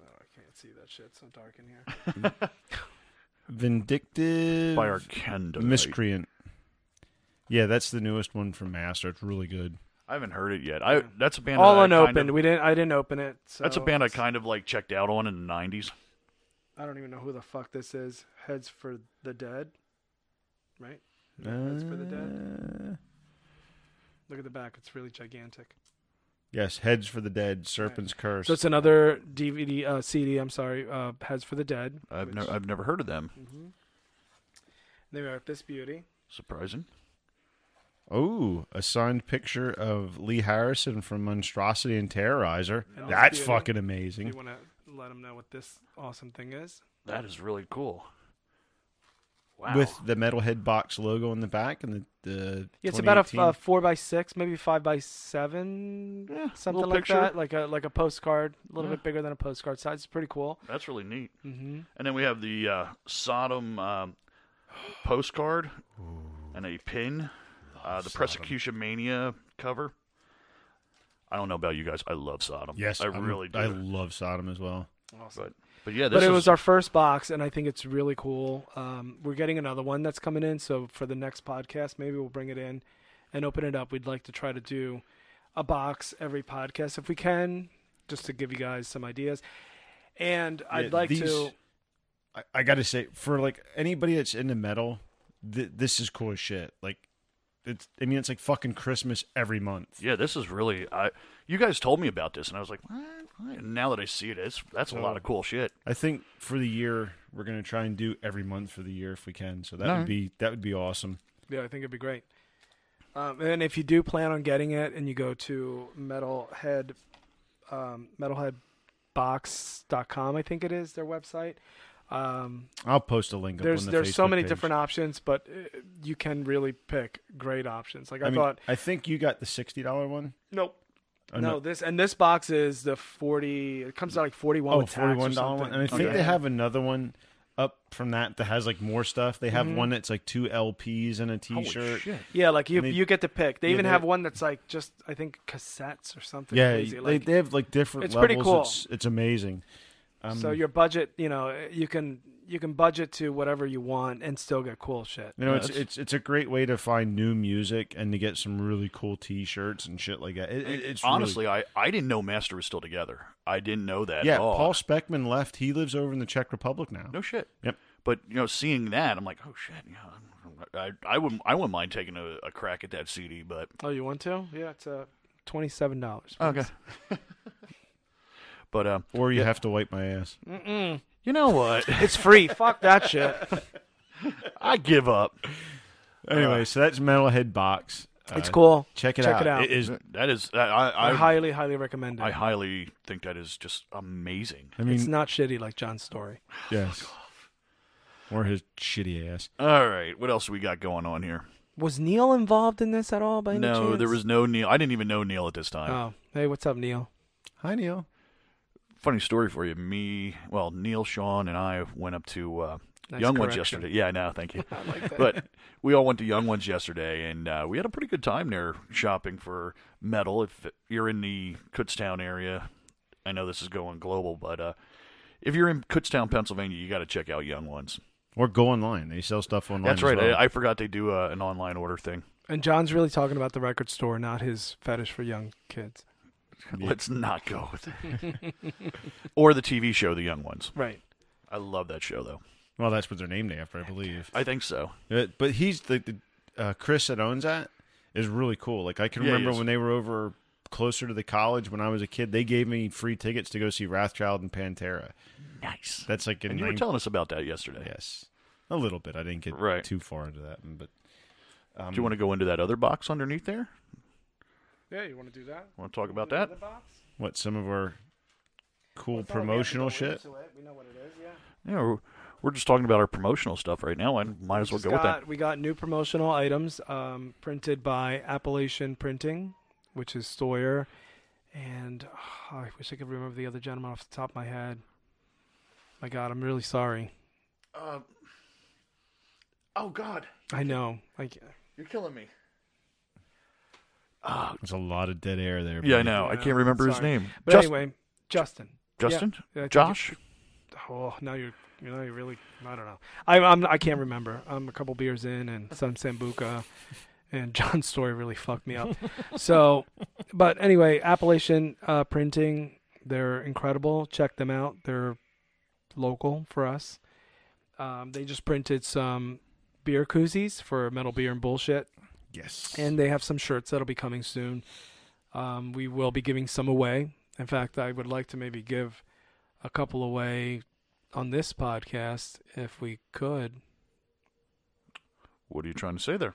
[SPEAKER 2] Oh, I can't see that shit. It's so dark in here.
[SPEAKER 1] Vindictive
[SPEAKER 3] By our candle.
[SPEAKER 1] Miscreant. Yeah, that's the newest one from Master. It's really good.
[SPEAKER 3] I haven't heard it yet. I that's a band that
[SPEAKER 2] All
[SPEAKER 3] uh, I kind
[SPEAKER 2] unopened.
[SPEAKER 3] of-
[SPEAKER 2] we didn't. I didn't open it. So
[SPEAKER 3] That's a band I
[SPEAKER 2] it's-
[SPEAKER 3] kind of like checked out on in the '90s.
[SPEAKER 2] I don't even know who the fuck this is. Heads for the Dead, right? Heads for the Dead.
[SPEAKER 1] Uh,
[SPEAKER 2] Look at the back. It's really gigantic.
[SPEAKER 1] Yes, Heads for the Dead, Serpent's Curse.
[SPEAKER 2] So it's another DVD, uh, CD. I'm sorry. Uh, Heads for the Dead.
[SPEAKER 3] I've
[SPEAKER 2] which-
[SPEAKER 3] never I've never heard of them.
[SPEAKER 2] Mhm. There we are, this beauty.
[SPEAKER 3] Surprising.
[SPEAKER 1] Oh, a signed picture of Lee Harrison from Monstrosity and Terrorizer. That's
[SPEAKER 2] beauty.
[SPEAKER 1] fucking
[SPEAKER 2] Do
[SPEAKER 1] amazing.
[SPEAKER 2] you want to let them know what this awesome thing is?
[SPEAKER 3] That is really cool. Wow.
[SPEAKER 1] With the Metalhead box logo on the back and the, the
[SPEAKER 2] Yeah, It's about a f-
[SPEAKER 1] 2018
[SPEAKER 2] uh, four by six, maybe five by seven,
[SPEAKER 3] Yeah, little
[SPEAKER 2] something like
[SPEAKER 3] picture.
[SPEAKER 2] that. Like a like a postcard, a little
[SPEAKER 3] Yeah.
[SPEAKER 2] bit bigger than a postcard size. It's pretty cool.
[SPEAKER 3] That's really neat.
[SPEAKER 2] Mm-hmm.
[SPEAKER 3] And then we have the uh, Sodom um, postcard and a pin, uh, the Persecution Mania cover. I don't know about you guys. I love Sodom.
[SPEAKER 1] Yes,
[SPEAKER 3] I
[SPEAKER 1] I'm-
[SPEAKER 3] really do.
[SPEAKER 1] I love Sodom as well.
[SPEAKER 2] Awesome.
[SPEAKER 3] but but yeah, this
[SPEAKER 2] But it
[SPEAKER 3] is,
[SPEAKER 2] was our first box, and I think it's really cool. Um, we're getting another one that's coming in, so for the next podcast, maybe we'll bring it in and open it up. We'd like to try to do a box every podcast if we can, just to give you guys some ideas. And I'd
[SPEAKER 1] Yeah,
[SPEAKER 2] like
[SPEAKER 1] these-
[SPEAKER 2] to.
[SPEAKER 1] I, I gotta say, for like anybody that's into metal, th- this is cool as shit. Like, it's. I mean, it's like fucking Christmas every month.
[SPEAKER 3] yeah, this is really. I you guys told me about this, and I was like, what? What?" And now that I see it, it's that's a lot of cool shit.
[SPEAKER 1] I think for the year we're gonna try and do every month for the year if we can. So that
[SPEAKER 3] Alright.
[SPEAKER 1] would be that would be awesome.
[SPEAKER 2] Yeah, I think it'd be great. Um, and if you do plan on getting it, and you go to metalhead, um, metalheadbox.com, I think it is their website. Um,
[SPEAKER 1] I'll post a link. Up
[SPEAKER 2] there's
[SPEAKER 1] on the
[SPEAKER 2] there's so
[SPEAKER 1] Facebook
[SPEAKER 2] many
[SPEAKER 1] page.
[SPEAKER 2] different options, but uh, you can really pick great options. Like I,
[SPEAKER 1] I mean,
[SPEAKER 2] thought,
[SPEAKER 1] I think you got the sixty dollar one.
[SPEAKER 2] nope.
[SPEAKER 1] Oh,
[SPEAKER 2] no, this and this box is the forty. It comes out like forty one.
[SPEAKER 1] Oh, forty-one dollar one. And I think
[SPEAKER 2] Okay.
[SPEAKER 1] they have another one up from that that has like more stuff. They
[SPEAKER 2] Mm-hmm.
[SPEAKER 1] have one that's like two LPs and a
[SPEAKER 3] Holy
[SPEAKER 1] T-shirt.
[SPEAKER 3] shit.
[SPEAKER 2] Yeah, like you
[SPEAKER 1] and they-
[SPEAKER 2] you get to pick. They
[SPEAKER 1] yeah,
[SPEAKER 2] even
[SPEAKER 1] they-
[SPEAKER 2] have one that's like just I think cassettes or something.
[SPEAKER 1] Yeah,
[SPEAKER 2] crazy.
[SPEAKER 1] they,
[SPEAKER 2] like,
[SPEAKER 1] they have like different
[SPEAKER 2] It's
[SPEAKER 1] levels.
[SPEAKER 2] pretty cool.
[SPEAKER 1] It's it's amazing. Um,
[SPEAKER 2] so your budget, you know, you can you can budget to whatever you want and still get cool shit.
[SPEAKER 1] you know,
[SPEAKER 3] Yeah,
[SPEAKER 1] it's
[SPEAKER 3] that's-
[SPEAKER 1] it's it's a great way to find new music and to get some really cool T-shirts and shit like that. It, it- it's really-
[SPEAKER 3] Honestly, I I didn't know Master was still together. I didn't know that.
[SPEAKER 1] yeah.
[SPEAKER 3] at all.
[SPEAKER 1] Paul Speckman left. He lives over in the Czech Republic now.
[SPEAKER 3] No shit.
[SPEAKER 1] Yep.
[SPEAKER 3] But you know, seeing that, I'm like, oh shit. Yeah, I'm- I I wouldn't I wouldn't mind taking a, a crack at that CD, but
[SPEAKER 2] Oh, you want to? Yeah, it's uh, twenty seven dollars.
[SPEAKER 3] but um,
[SPEAKER 1] Or you have to wipe my ass.
[SPEAKER 3] you know what?
[SPEAKER 2] It's free. Fuck that shit.
[SPEAKER 3] I give up.
[SPEAKER 1] Anyway, so that's Metalhead Box. Uh,
[SPEAKER 2] It's cool.
[SPEAKER 1] Check it
[SPEAKER 2] Check
[SPEAKER 1] out.
[SPEAKER 2] it out.
[SPEAKER 1] It is.
[SPEAKER 3] That is that I
[SPEAKER 2] I
[SPEAKER 3] I,
[SPEAKER 2] highly, highly recommend it.
[SPEAKER 3] I highly think that is just amazing.
[SPEAKER 1] I mean,
[SPEAKER 2] it's not shitty like John's story.
[SPEAKER 1] yes. Or his shitty ass.
[SPEAKER 3] All right, what else we got going on here?
[SPEAKER 2] Was Neil involved in this at all by any
[SPEAKER 3] no,
[SPEAKER 2] chance?
[SPEAKER 3] there was no Neil. I didn't even know Neil at this time.
[SPEAKER 2] Oh, hey, what's up, Neil?
[SPEAKER 1] Hi, Neil.
[SPEAKER 3] Funny story for you. Me, well, Neil, Sean, and I went up to uh,
[SPEAKER 2] Nice
[SPEAKER 3] Young Ones
[SPEAKER 2] correction.
[SPEAKER 3] yesterday. Yeah, I know. Thank you.
[SPEAKER 2] I like that.
[SPEAKER 3] but we all went to Young Ones yesterday, and uh, we had a pretty good time there shopping for metal. If you're in the Kutztown area, I know this is going global, but uh, if you're in Kutztown, Pennsylvania, you got to check out Young Ones.
[SPEAKER 1] Or go online. They sell stuff online.
[SPEAKER 3] That's
[SPEAKER 1] as
[SPEAKER 3] right.
[SPEAKER 1] well.
[SPEAKER 3] I, I forgot they do uh, an online order thing.
[SPEAKER 2] and John's really talking about the record store, not his fetish for young kids.
[SPEAKER 3] Let's not go with it. or the TV show, The Young Ones.
[SPEAKER 2] Right.
[SPEAKER 3] I love that show, though.
[SPEAKER 1] well, that's what they're named after, I believe.
[SPEAKER 3] I think so.
[SPEAKER 1] Uh, But he's the, the uh, Chris that owns that is really cool. Like I can
[SPEAKER 3] Yeah, he
[SPEAKER 1] remember
[SPEAKER 3] is.
[SPEAKER 1] when they were over closer to the college when I was a kid, they gave me free tickets to go see Wrathchild and Pantera.
[SPEAKER 3] Nice.
[SPEAKER 1] That's like in
[SPEAKER 3] And you were
[SPEAKER 1] nine-
[SPEAKER 3] telling us about that yesterday.
[SPEAKER 1] yes, a little bit. I didn't get
[SPEAKER 3] Right.
[SPEAKER 1] too far into that, but
[SPEAKER 3] Do you want to go into that other box underneath there?
[SPEAKER 2] Yeah, you want to do that?
[SPEAKER 3] Want to talk about that?
[SPEAKER 1] what some of our cool promotional shit.
[SPEAKER 2] eh, We know what it is, yeah.
[SPEAKER 3] Yeah, we're, we're just talking about our promotional stuff right now. I might as well
[SPEAKER 2] Just
[SPEAKER 3] go with
[SPEAKER 2] got,
[SPEAKER 3] that.
[SPEAKER 2] We got new promotional items um, printed by Appalachian Printing, which is Stoyer, and oh, I wish I could remember the other gentleman off the top of my head. My God, I'm really sorry.
[SPEAKER 3] Oh God,
[SPEAKER 2] I know. Like,
[SPEAKER 3] you're killing me.
[SPEAKER 1] There's a lot of dead air there.
[SPEAKER 3] Yeah, I
[SPEAKER 1] buddy.
[SPEAKER 3] know. I
[SPEAKER 2] Yeah,
[SPEAKER 3] can't remember his
[SPEAKER 2] sorry.
[SPEAKER 3] name.
[SPEAKER 2] but
[SPEAKER 3] Just-
[SPEAKER 2] anyway, Justin.
[SPEAKER 3] Justin,
[SPEAKER 2] Yeah, I think
[SPEAKER 3] Josh.
[SPEAKER 2] Oh, now you're. You know, you really. I don't know. I, I'm. I can't remember. I'm a couple beers in, and some sambuca, and John's story really fucked me up. so, but anyway, Appalachian uh, Printing. They're incredible. Check them out. They're local for us. Um, they just printed some beer koozies for metal beer and bullshit
[SPEAKER 1] Yes,
[SPEAKER 2] and they have some shirts that'll be coming soon. Um, we will be giving some away. In fact, I would like to maybe give a couple away on this podcast if we could.
[SPEAKER 3] What are you trying to say there?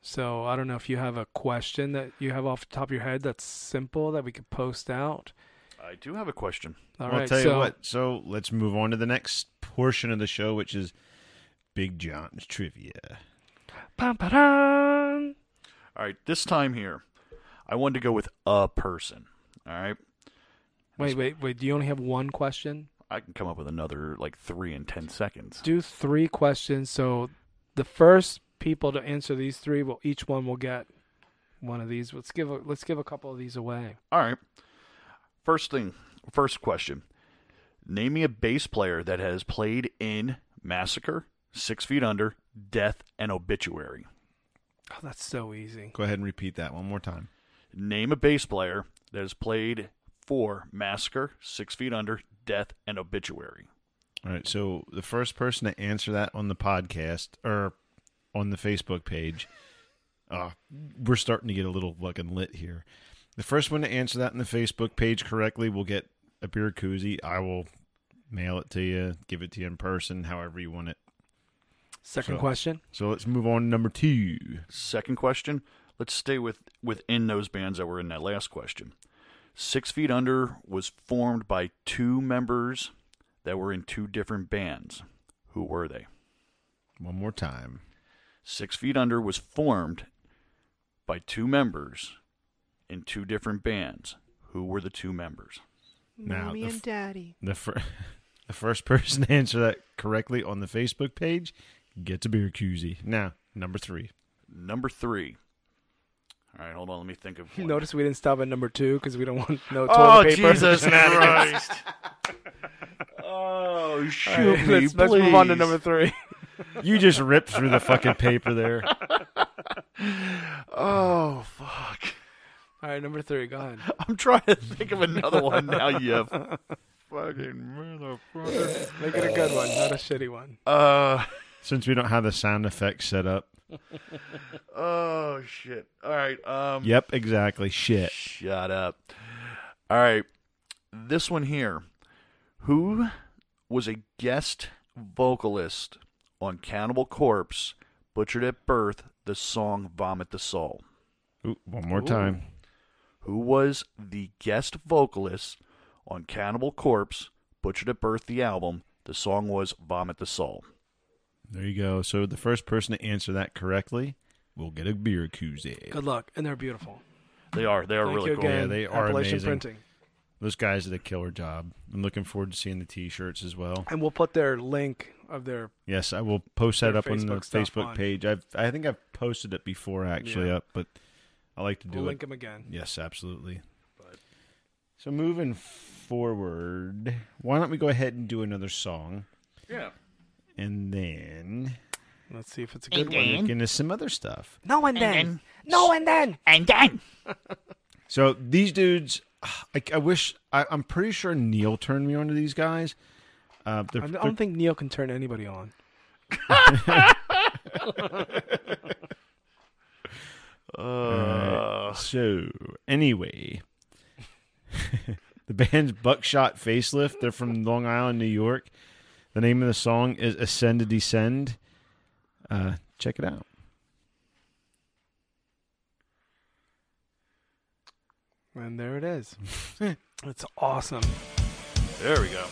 [SPEAKER 2] So I don't know if you have a question that you have off the top of your head that's simple that we could post out.
[SPEAKER 3] I do have a question.
[SPEAKER 2] All
[SPEAKER 1] I'll
[SPEAKER 2] right,
[SPEAKER 1] tell you
[SPEAKER 2] so
[SPEAKER 1] what. So let's move on to the next portion of the show, which is Big John's trivia.
[SPEAKER 2] Pam-pa-dam.
[SPEAKER 3] All right, this time here, I wanted to go with a person. All right,
[SPEAKER 2] Wait, wait, wait. Do you only have one question?
[SPEAKER 3] I can come up with another like three in ten seconds.
[SPEAKER 2] Do three questions. So the first people to answer these three will each one will get one of these. Let's give a, let's give a couple of these away.
[SPEAKER 3] All right. First thing, first question. Name me a bass player that has played in Massacre, Six Feet Under, Death, and Obituary.
[SPEAKER 2] Oh, that's so easy.
[SPEAKER 1] Go ahead and repeat that one more time.
[SPEAKER 3] Name a bass player that has played for Massacre, Six Feet Under, Death, and Obituary.
[SPEAKER 1] All right. So the first person to answer that on the podcast or on the Facebook page, uh, we're starting to get a little fucking lit here. The first one to answer that on the Facebook page correctly will get a beer koozie. I will mail it to you, give it to you in person, however you want it.
[SPEAKER 2] Second
[SPEAKER 1] So-
[SPEAKER 2] question.
[SPEAKER 1] So let's move on to number two.
[SPEAKER 3] Second question. Let's stay with within those bands that were in that last question. Six Feet Under was formed by two members that were in two different bands. Who were they?
[SPEAKER 1] One more time.
[SPEAKER 3] Six Feet Under was formed by two members in two different bands. Who were the two members?
[SPEAKER 1] Now, Mommy and Daddy. The, fir- the first person to answer that correctly on the Facebook page gets a beer koozie. Now, number three.
[SPEAKER 3] Number three. All right, hold on. Let me think of. One.
[SPEAKER 2] Notice we didn't stop at number two because we don't want no toilet
[SPEAKER 3] oh
[SPEAKER 2] paper.
[SPEAKER 3] Jesus Christ! oh shoot!
[SPEAKER 2] All right, let's, let's move on to number three.
[SPEAKER 1] You just ripped through the fucking paper there.
[SPEAKER 3] Oh fuck!
[SPEAKER 2] All right, number three. Go ahead.
[SPEAKER 3] I'm trying to think of another one now. You fucking motherfucker!
[SPEAKER 2] Make it a good one, not a shitty one.
[SPEAKER 3] Uh.
[SPEAKER 1] Since we don't have the sound effects set up.
[SPEAKER 3] Oh shit! All right. Um.
[SPEAKER 1] Yep, exactly. Shit.
[SPEAKER 3] Shut up. All right. This one here. Who was a guest vocalist on Cannibal Corpse, Butchered at Birth, the song Vomit the Soul?
[SPEAKER 1] Ooh, one more time.
[SPEAKER 3] Who was the guest vocalist on Cannibal Corpse, Butchered at Birth, the album? The song was Vomit the Soul.
[SPEAKER 1] There you go. So the first person to answer that correctly will get a beer koozie.
[SPEAKER 2] Good luck, and they're beautiful.
[SPEAKER 3] They are. They are
[SPEAKER 2] Thank
[SPEAKER 3] really
[SPEAKER 2] you
[SPEAKER 3] cool.
[SPEAKER 2] again.
[SPEAKER 1] Yeah, they are
[SPEAKER 2] Appalachian
[SPEAKER 1] amazing.
[SPEAKER 2] Printing,
[SPEAKER 1] Those guys did a killer job. I'm looking forward to seeing the t-shirts as well.
[SPEAKER 2] and we'll put their link of their.
[SPEAKER 1] Yes, I will post that
[SPEAKER 2] Their
[SPEAKER 1] up on the
[SPEAKER 2] Facebook stuff
[SPEAKER 1] Facebook
[SPEAKER 2] on.
[SPEAKER 1] page. I've I think I've posted it before actually
[SPEAKER 2] Yeah.
[SPEAKER 1] up, but I like to do
[SPEAKER 2] We'll
[SPEAKER 1] it.
[SPEAKER 2] link them again.
[SPEAKER 1] Yes, absolutely. So moving forward, why don't we go ahead and do another song,
[SPEAKER 3] Yeah.
[SPEAKER 1] and then
[SPEAKER 2] Let's see if it's a good one.
[SPEAKER 1] we're into some other stuff.
[SPEAKER 2] No, and then. No, and then.
[SPEAKER 4] And then.
[SPEAKER 1] So these dudes, I, I wish I, I'm pretty sure Neil turned me on to these guys. Uh, they're,
[SPEAKER 2] I
[SPEAKER 1] they're-
[SPEAKER 2] don't think Neil can turn anybody on.
[SPEAKER 3] Uh,
[SPEAKER 1] so anyway, the band's Buckshot Facelift. They're from Long Island, New York. The name of the song is "Ascend to Descend." Uh, check it out.
[SPEAKER 2] And there it is. it's awesome.
[SPEAKER 3] There we go.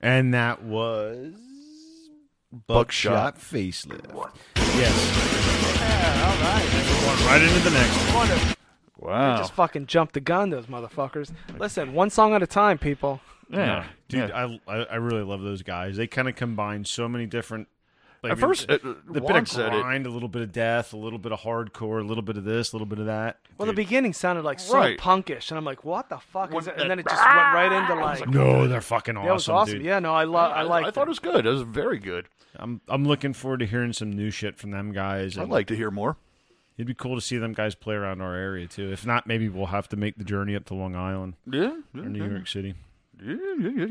[SPEAKER 1] and that was
[SPEAKER 3] Buckshot.
[SPEAKER 1] Buckshot Facelift.
[SPEAKER 5] Right into the next. one.
[SPEAKER 1] Oh.
[SPEAKER 3] Wow.
[SPEAKER 2] Just fucking jump the gun, those motherfuckers. Listen, one song at a time, people.
[SPEAKER 3] yeah.
[SPEAKER 1] Dude,
[SPEAKER 3] Yeah.
[SPEAKER 1] I, I I really love those guys. They kind of combine so many different. Like,
[SPEAKER 3] At first, uh,
[SPEAKER 1] the
[SPEAKER 3] Juan
[SPEAKER 1] bit
[SPEAKER 3] said
[SPEAKER 1] of
[SPEAKER 3] it.
[SPEAKER 1] grind, a little bit of death, a little bit of hardcore, a little bit of this, a little bit of that.
[SPEAKER 2] Well, the beginning sounded like so
[SPEAKER 3] Right.
[SPEAKER 2] punkish, and I'm like, "What the fuck is
[SPEAKER 3] When
[SPEAKER 2] it?"
[SPEAKER 3] that-
[SPEAKER 2] And then it just went right into like,
[SPEAKER 1] No, they're fucking awesome.
[SPEAKER 2] "That was awesome."
[SPEAKER 1] dude.
[SPEAKER 2] Yeah, no, I love, I like.
[SPEAKER 3] I thought it was good. It was very good.
[SPEAKER 1] I'm I'm looking forward to hearing some new shit from them guys.
[SPEAKER 3] I'd
[SPEAKER 1] and
[SPEAKER 3] like to hear more.
[SPEAKER 1] it'd be cool to see them guys play around our area too. If not, maybe we'll have to make the journey up to Long Island
[SPEAKER 3] Yeah. Yeah.
[SPEAKER 1] or New York City.
[SPEAKER 3] Yeah. Yeah. Yeah.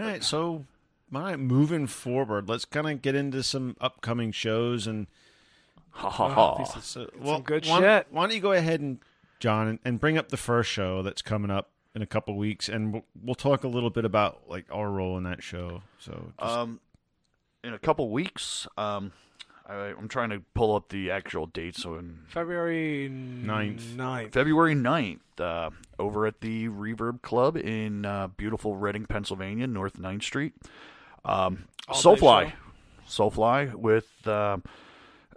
[SPEAKER 1] All right, so my moving forward, let's kind of get into some upcoming shows and
[SPEAKER 3] Ha ha
[SPEAKER 2] Oh.
[SPEAKER 3] ha.
[SPEAKER 1] so, well,
[SPEAKER 2] good
[SPEAKER 1] why,
[SPEAKER 2] shit.
[SPEAKER 1] Why don't you go ahead and John and, and bring up the first show that's coming up in a couple weeks, and we'll, we'll talk a little bit about like our role in that show. So
[SPEAKER 2] Uh,
[SPEAKER 1] just-
[SPEAKER 3] Um, in a couple weeks, um, I, I'm trying to pull up the actual date. So in
[SPEAKER 2] February
[SPEAKER 1] Ninth.
[SPEAKER 2] 9th.
[SPEAKER 3] February 9th, uh, over at the Reverb Club in uh, beautiful Reading, Pennsylvania, North 9th Street. Um, Soulfly. Soulfly with um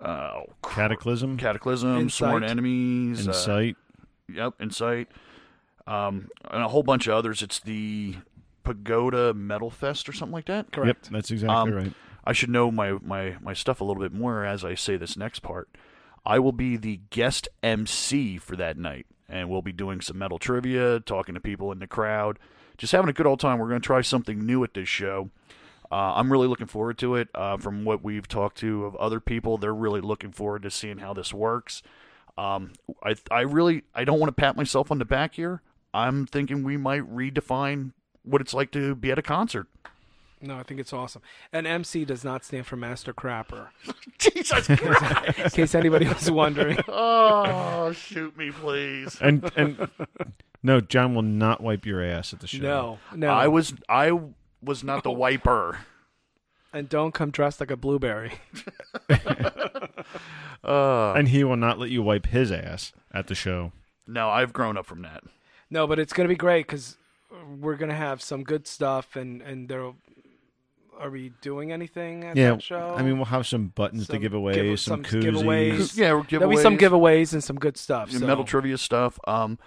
[SPEAKER 3] uh,
[SPEAKER 1] Cataclysm,
[SPEAKER 3] Cataclysm, Sworn
[SPEAKER 2] Insight.
[SPEAKER 3] Enemies, uh,
[SPEAKER 1] Insight,
[SPEAKER 3] Yep, Insight, um, and a whole bunch of others. It's the Pagoda Metal Fest or something like that.
[SPEAKER 1] yep,
[SPEAKER 2] Correct.
[SPEAKER 1] that's exactly
[SPEAKER 3] Um,
[SPEAKER 1] right.
[SPEAKER 3] I should know my, my, my stuff a little bit more as I say this next part. I will be the guest MC for that night, and we'll be doing some metal trivia, talking to people in the crowd, just having a good old time. We're going to try something new at this show. Uh, I'm really looking forward to it. Uh, from what we've talked to of other people, they're really looking forward to seeing how this works. Um, I I really I don't want to pat myself on the back here. I'm thinking we might redefine what it's like to be at a concert.
[SPEAKER 2] No, I think it's awesome. And MC does not stand for Master Crapper,
[SPEAKER 3] Jesus Christ!
[SPEAKER 2] in case anybody was wondering.
[SPEAKER 3] Oh, shoot me, please.
[SPEAKER 1] And and no, John will not wipe your ass at the show.
[SPEAKER 2] No, no.
[SPEAKER 3] I was I was not the wiper.
[SPEAKER 2] and don't come dressed like a blueberry. Uh.
[SPEAKER 1] and he will not let you wipe his ass at the show.
[SPEAKER 3] No, I've grown up from that.
[SPEAKER 2] No, but it's gonna be great because we're gonna have some good stuff, and and there. Are we doing anything at
[SPEAKER 1] Yeah,
[SPEAKER 2] that show?
[SPEAKER 1] I mean, we'll have some buttons to
[SPEAKER 2] Some
[SPEAKER 1] give away,
[SPEAKER 2] give-
[SPEAKER 1] some,
[SPEAKER 2] some
[SPEAKER 1] koozies.
[SPEAKER 2] giveaways.
[SPEAKER 3] Yeah, we're
[SPEAKER 2] There'll be some
[SPEAKER 3] giveaways.
[SPEAKER 2] giveaways and some good stuff.
[SPEAKER 3] Your
[SPEAKER 2] so-
[SPEAKER 3] Metal trivia stuff. Um,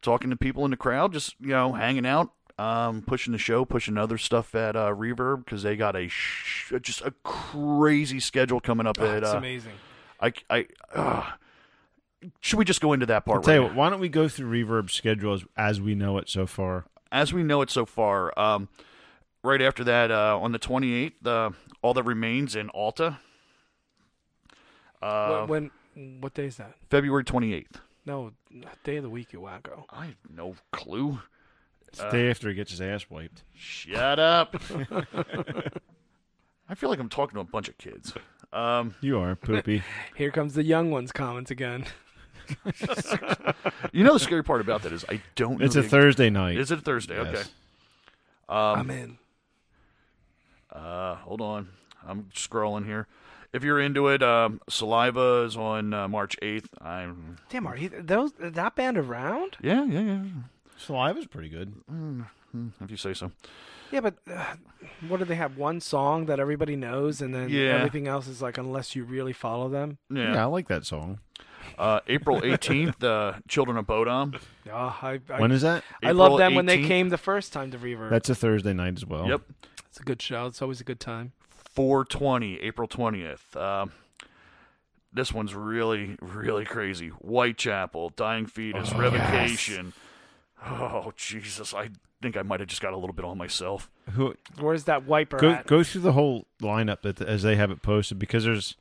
[SPEAKER 3] talking to people in the crowd, just you know, hanging out, um, pushing the show, pushing other stuff at uh, Reverb because they got a sh- just a crazy schedule coming
[SPEAKER 1] Ah,
[SPEAKER 3] up. at
[SPEAKER 2] Ah, It's
[SPEAKER 3] uh,
[SPEAKER 2] amazing.
[SPEAKER 3] I I. Uh, should we just go into that part?
[SPEAKER 1] I'll tell
[SPEAKER 3] right
[SPEAKER 1] you
[SPEAKER 3] now?
[SPEAKER 1] what, why don't we go through Reverb's schedule as, as we know it so far?
[SPEAKER 3] as we know it so far, um, right after that, uh, on the 28th, uh, All That Remains in Alta, uh,
[SPEAKER 2] when, when what day is that?
[SPEAKER 3] February 28th.
[SPEAKER 2] No, day of the week, you wacko.
[SPEAKER 3] I have no clue.
[SPEAKER 1] It's the day after he gets his ass wiped.
[SPEAKER 3] Shut up. I feel like I'm talking to a bunch of kids. Um,
[SPEAKER 1] You are poopy.
[SPEAKER 2] Here comes the young ones comments again.
[SPEAKER 3] you know the scary part about that is I don't. know
[SPEAKER 1] it's a
[SPEAKER 3] the-
[SPEAKER 1] Thursday night.
[SPEAKER 3] Is it a Thursday? Okay.
[SPEAKER 1] Yes.
[SPEAKER 3] Um,
[SPEAKER 2] I'm in.
[SPEAKER 3] Uh, hold on. I'm scrolling here. If you're into it, um, Saliva is on uh, March 8th. I'm.
[SPEAKER 2] Damn, are he, those that band around?
[SPEAKER 3] Yeah, yeah, yeah.
[SPEAKER 1] Saliva's pretty good.
[SPEAKER 3] If you say so.
[SPEAKER 2] Yeah, but uh, what do they have? One song that everybody knows, and then
[SPEAKER 3] Yeah.
[SPEAKER 2] everything else is like, unless you really follow them.
[SPEAKER 1] Yeah.
[SPEAKER 3] Yeah.
[SPEAKER 1] I like that song.
[SPEAKER 3] Uh, April 18th, uh, Children of Bodom.
[SPEAKER 2] Oh, I, I,
[SPEAKER 1] When is that?
[SPEAKER 2] I love
[SPEAKER 3] April
[SPEAKER 2] them when they
[SPEAKER 3] 18th.
[SPEAKER 2] came the first time to Reverb.
[SPEAKER 1] That's a Thursday night as well.
[SPEAKER 3] Yep.
[SPEAKER 2] it's a good show. It's always a good time.
[SPEAKER 3] 420, April 20th. Um, this one's really, really crazy. Whitechapel, Dying
[SPEAKER 1] Oh,
[SPEAKER 3] Fetus, Revocation. Oh, Jesus. I think I might have just got a little bit on myself.
[SPEAKER 1] Who
[SPEAKER 2] Where's that wiper
[SPEAKER 1] go
[SPEAKER 2] at?
[SPEAKER 1] go through the whole lineup that, as they have it posted because there's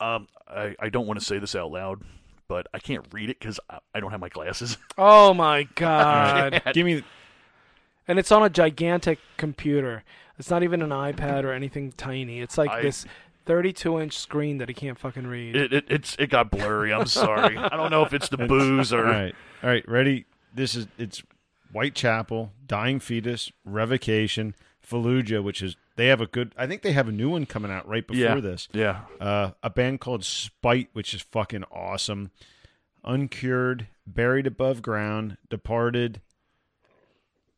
[SPEAKER 3] Um, I, I don't want to say this out loud, but I can't read it because I, I don't have my glasses.
[SPEAKER 2] Oh my
[SPEAKER 3] Uh,
[SPEAKER 2] god!
[SPEAKER 1] give me
[SPEAKER 2] and it's on a gigantic computer. It's not even an iPad or anything tiny. It's like
[SPEAKER 3] I-
[SPEAKER 2] this 32 inch screen that he can't fucking read.
[SPEAKER 3] It, it, it's, it got blurry. I'm sorry. I don't know if it's the booze or.
[SPEAKER 1] all right all right ready. This is it's Whitechapel, Dying Fetus, Revocation, Fallujah, which is they have a good. I think they have a new one coming out right before
[SPEAKER 3] Yeah.
[SPEAKER 1] this.
[SPEAKER 3] Yeah.
[SPEAKER 1] uh, a band called Spite, which is fucking awesome. Uncured, Buried Above Ground, Departed,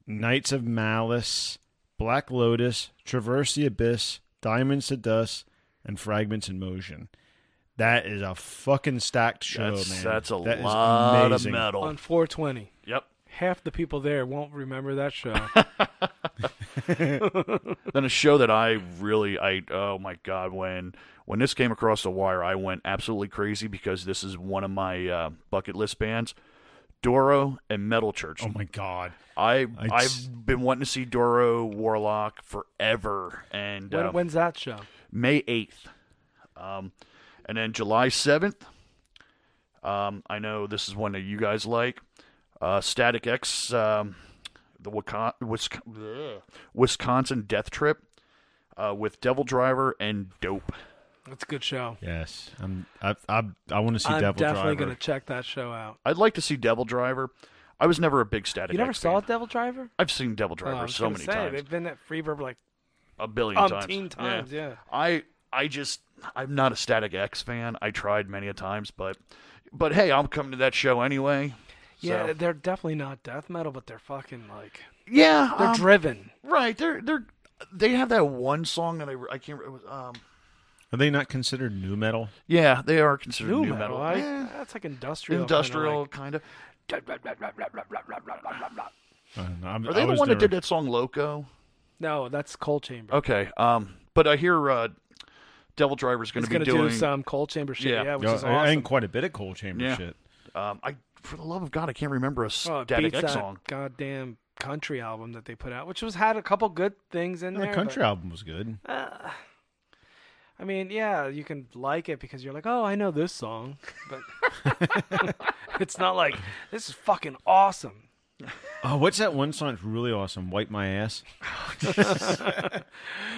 [SPEAKER 1] Knights of Malice, Black Lotus, Traverse the Abyss, Diamonds to Dust, and Fragments in Motion. That is a fucking stacked show,
[SPEAKER 3] That's,
[SPEAKER 1] man.
[SPEAKER 3] that's a
[SPEAKER 1] That is
[SPEAKER 3] lot of
[SPEAKER 1] amazing.
[SPEAKER 3] metal.
[SPEAKER 2] on 420.
[SPEAKER 3] Yep.
[SPEAKER 2] Half the people there won't remember that show.
[SPEAKER 3] Then a show that I really, I oh my god, when when this came across the wire, I went absolutely crazy because this is one of my uh, bucket list bands, Doro and Metal Church.
[SPEAKER 1] Oh my god!
[SPEAKER 3] I
[SPEAKER 1] I s-
[SPEAKER 3] I've been wanting to see Doro Warlock forever, and
[SPEAKER 2] when,
[SPEAKER 3] um,
[SPEAKER 2] when's that show?
[SPEAKER 3] May 8th. Um, and then July 7th, um, I know this is one that you guys like. Uh, Static X, um, the Waco- Wisconsin, Wisconsin Death Trip uh, with Devil Driver and Dope.
[SPEAKER 2] That's a good show.
[SPEAKER 1] Yes, I'm. I I, I want to see
[SPEAKER 2] I'm
[SPEAKER 1] Devil
[SPEAKER 2] definitely
[SPEAKER 1] Driver.
[SPEAKER 2] gonna check that show out.
[SPEAKER 3] I'd like to see Devil Driver. I was never a big Static
[SPEAKER 2] You never
[SPEAKER 3] X
[SPEAKER 2] saw
[SPEAKER 3] fan.
[SPEAKER 2] Devil Driver?
[SPEAKER 3] I've seen Devil
[SPEAKER 2] Oh, I
[SPEAKER 3] Driver
[SPEAKER 2] was
[SPEAKER 3] so
[SPEAKER 2] gonna
[SPEAKER 3] many
[SPEAKER 2] say,
[SPEAKER 3] times.
[SPEAKER 2] They've been at Freebird like
[SPEAKER 3] a billion times.
[SPEAKER 2] umpteen times. Yeah.
[SPEAKER 3] I I just I'm not a Static X fan. I tried many a times, but but hey, I'm coming to that show anyway.
[SPEAKER 2] Yeah,
[SPEAKER 3] So-
[SPEAKER 2] they're definitely not death metal, but they're fucking like
[SPEAKER 3] yeah,
[SPEAKER 2] they're
[SPEAKER 3] um,
[SPEAKER 2] driven.
[SPEAKER 3] right. They're they're they have that one song that I I can't. re- It was, um,
[SPEAKER 1] Are they not considered new metal?
[SPEAKER 3] yeah, they are considered
[SPEAKER 2] New,
[SPEAKER 3] new,
[SPEAKER 2] metal. I-
[SPEAKER 3] Eh,
[SPEAKER 2] that's like industrial. kinda
[SPEAKER 3] industrial
[SPEAKER 2] like-
[SPEAKER 3] kind of.
[SPEAKER 1] I don't know. Uh, I'm-
[SPEAKER 3] Are they
[SPEAKER 1] I
[SPEAKER 3] the
[SPEAKER 1] was
[SPEAKER 3] one that
[SPEAKER 1] never-
[SPEAKER 3] did that song Loco?
[SPEAKER 2] no, that's Cold Chamber.
[SPEAKER 3] Okay. Um, but I hear uh, Devil Driver's going
[SPEAKER 2] He's
[SPEAKER 3] to be
[SPEAKER 2] gonna
[SPEAKER 3] doing.
[SPEAKER 2] do some Cold Chamber shit. Yeah,
[SPEAKER 3] Yeah.
[SPEAKER 2] which
[SPEAKER 1] Yeah,
[SPEAKER 2] is
[SPEAKER 1] I- I
[SPEAKER 2] awesome.
[SPEAKER 1] think quite a bit of Cold Chamber
[SPEAKER 3] Yeah.
[SPEAKER 1] shit.
[SPEAKER 3] um, I for the love of God, I can't remember a
[SPEAKER 2] Oh, it
[SPEAKER 3] Static
[SPEAKER 2] beats
[SPEAKER 3] X
[SPEAKER 2] that
[SPEAKER 3] song.
[SPEAKER 2] goddamn country album that they put out, which was had a couple good things in
[SPEAKER 1] No,
[SPEAKER 2] there.
[SPEAKER 1] the
[SPEAKER 2] but-
[SPEAKER 1] country album was good.
[SPEAKER 2] I mean, yeah, you can like it because you're like, oh, I know this song, but it's not like this is fucking awesome.
[SPEAKER 1] Oh, what's that one song? It's really awesome. Wipe my ass.
[SPEAKER 2] Scotty,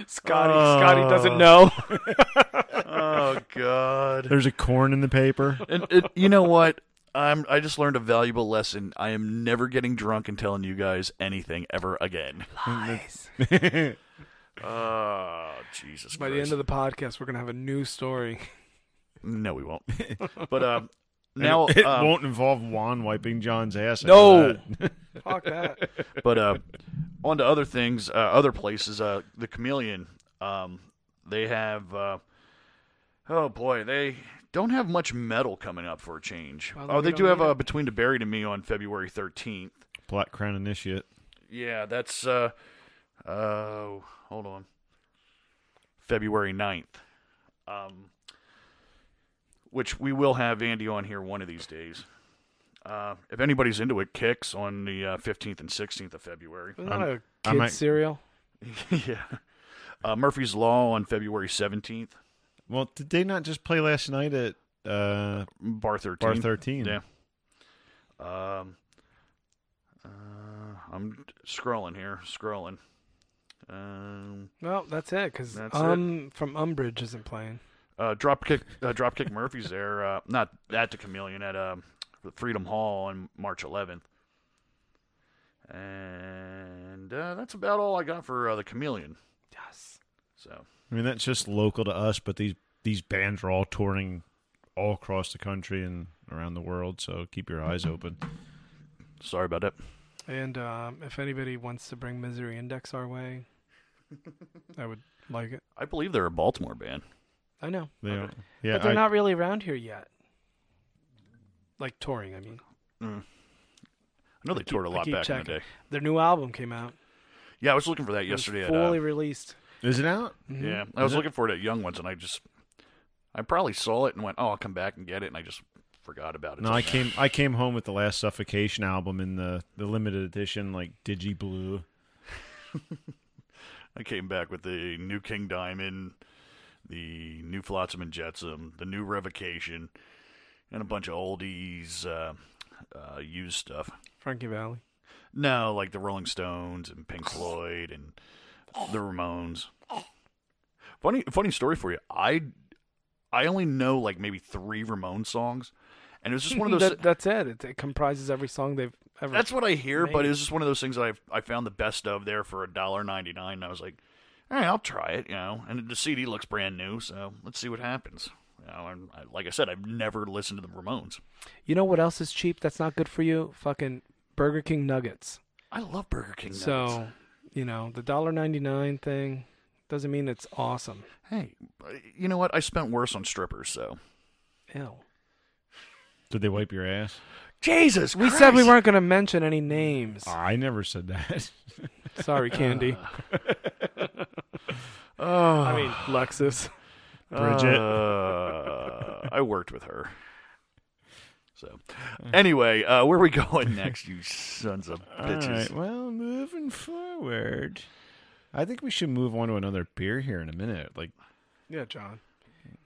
[SPEAKER 2] Scotty doesn't know.
[SPEAKER 3] Oh God.
[SPEAKER 1] There's a corn in the paper.
[SPEAKER 3] and it, you know what? I'm. I just learned a valuable lesson. I am never getting drunk and telling you guys anything ever again. Oh Jesus!
[SPEAKER 2] By the end of the podcast, we're gonna have a new story.
[SPEAKER 3] no, we won't. But um, now
[SPEAKER 1] it
[SPEAKER 3] um,
[SPEAKER 1] won't involve Juan wiping John's ass. after
[SPEAKER 2] No.
[SPEAKER 1] that.
[SPEAKER 2] Fuck that.
[SPEAKER 3] But uh, on to other things, uh, other places. Uh, the Chameleon. Um, they have. Uh, oh boy, they don't have much metal coming up for a change.
[SPEAKER 2] Well, then
[SPEAKER 3] oh,
[SPEAKER 2] we
[SPEAKER 3] they
[SPEAKER 2] don't
[SPEAKER 3] do have
[SPEAKER 2] need it.
[SPEAKER 3] uh, Between the Buried and Me on February thirteenth.
[SPEAKER 1] Black Crown Initiate.
[SPEAKER 3] Yeah, that's uh oh, hold on. February 9th. Um which we will have Andy on here one of these days. Uh, if anybody's into it, kicks on the uh, 15th and 16th of February.
[SPEAKER 2] Isn't that a
[SPEAKER 1] I
[SPEAKER 2] kid
[SPEAKER 1] might-
[SPEAKER 2] cereal?
[SPEAKER 3] yeah. Uh, Murphy's Law on February 17th,
[SPEAKER 1] Well, did they not just play last night at uh,
[SPEAKER 3] Bar 13.
[SPEAKER 1] Bar 13?
[SPEAKER 3] Yeah. Um, uh, I'm scrolling here, scrolling. Um,
[SPEAKER 2] No, that's it. Because
[SPEAKER 3] That's it.
[SPEAKER 2] um, from Umbridge isn't playing.
[SPEAKER 3] uh, Dropkick uh, Dropkick Murphys there, uh, not at the Chameleon at um, the Freedom Hall on March 11th, and uh, that's about all I got for uh, the Chameleon.
[SPEAKER 2] Yes.
[SPEAKER 3] So
[SPEAKER 1] I mean, that's just local to us, but these, these bands are all touring all across the country and around the world, so keep your eyes open.
[SPEAKER 3] sorry about that.
[SPEAKER 2] And um, if anybody wants to bring Misery Index our way, I would like it.
[SPEAKER 3] I believe they're a Baltimore band.
[SPEAKER 2] I know,
[SPEAKER 1] They are, yeah,
[SPEAKER 2] but they're
[SPEAKER 1] I-
[SPEAKER 2] not really around here yet. Like touring, I mean.
[SPEAKER 3] I know they toured a
[SPEAKER 2] I
[SPEAKER 3] lot
[SPEAKER 2] keep
[SPEAKER 3] back in
[SPEAKER 2] checking.
[SPEAKER 3] the day.
[SPEAKER 2] Their new album came out
[SPEAKER 3] Yeah, I was looking for that
[SPEAKER 2] It was
[SPEAKER 3] yesterday. At, uh,
[SPEAKER 2] fully released. Mm-hmm.
[SPEAKER 1] Is it out?
[SPEAKER 3] yeah, I was
[SPEAKER 1] Is it-
[SPEAKER 3] looking for it at Young Ones, and I just, I probably saw it and went, "Oh, I'll come back and get it," and I just forgot about it.
[SPEAKER 1] No,
[SPEAKER 3] till
[SPEAKER 1] I
[SPEAKER 3] now.
[SPEAKER 1] came I came home with the last Suffocation album in the, the limited edition like Digi Blue.
[SPEAKER 3] I came back with the new King Diamond, the new Flotsam and Jetsam, the new Revocation, and a bunch of oldies, uh, uh, used stuff.
[SPEAKER 2] Frankie Valley.
[SPEAKER 3] No, like the Rolling Stones and Pink Floyd and the Ramones. Funny, funny story for you. I, I only know like maybe three Ramone songs, and it was just one of those.
[SPEAKER 2] That- that's it. it. It comprises every song they've ever.
[SPEAKER 3] That's what I hear,
[SPEAKER 2] Maybe.
[SPEAKER 3] but it was just one of those things that I I found the best of there for a dollar ninety nine. And I was like, all right, I'll try it, you know. And the CD looks brand new, so let's see what happens. You know, and I, like I said, I've never listened to the Ramones.
[SPEAKER 2] you know what else is cheap? That's not good for you. Fucking Burger King nuggets.
[SPEAKER 3] I love Burger King.
[SPEAKER 2] So
[SPEAKER 3] nuggets.
[SPEAKER 2] you know, the dollar ninety nine thing doesn't mean it's awesome.
[SPEAKER 3] Hey, you know what? I spent worse on strippers, so.
[SPEAKER 2] Ew.
[SPEAKER 1] Did they wipe your ass?
[SPEAKER 3] Jesus,
[SPEAKER 2] We said we weren't going to mention any names.
[SPEAKER 1] I never said that.
[SPEAKER 2] Sorry, Candy.
[SPEAKER 3] Oh,
[SPEAKER 2] I mean, Lexus.
[SPEAKER 1] Bridget.
[SPEAKER 3] Uh, I worked with her. So, anyway, uh, where are we going next, you sons of bitches?
[SPEAKER 1] All right. Well, moving forward, I think we should move on to another beer here in a minute. Like
[SPEAKER 2] Yeah, John,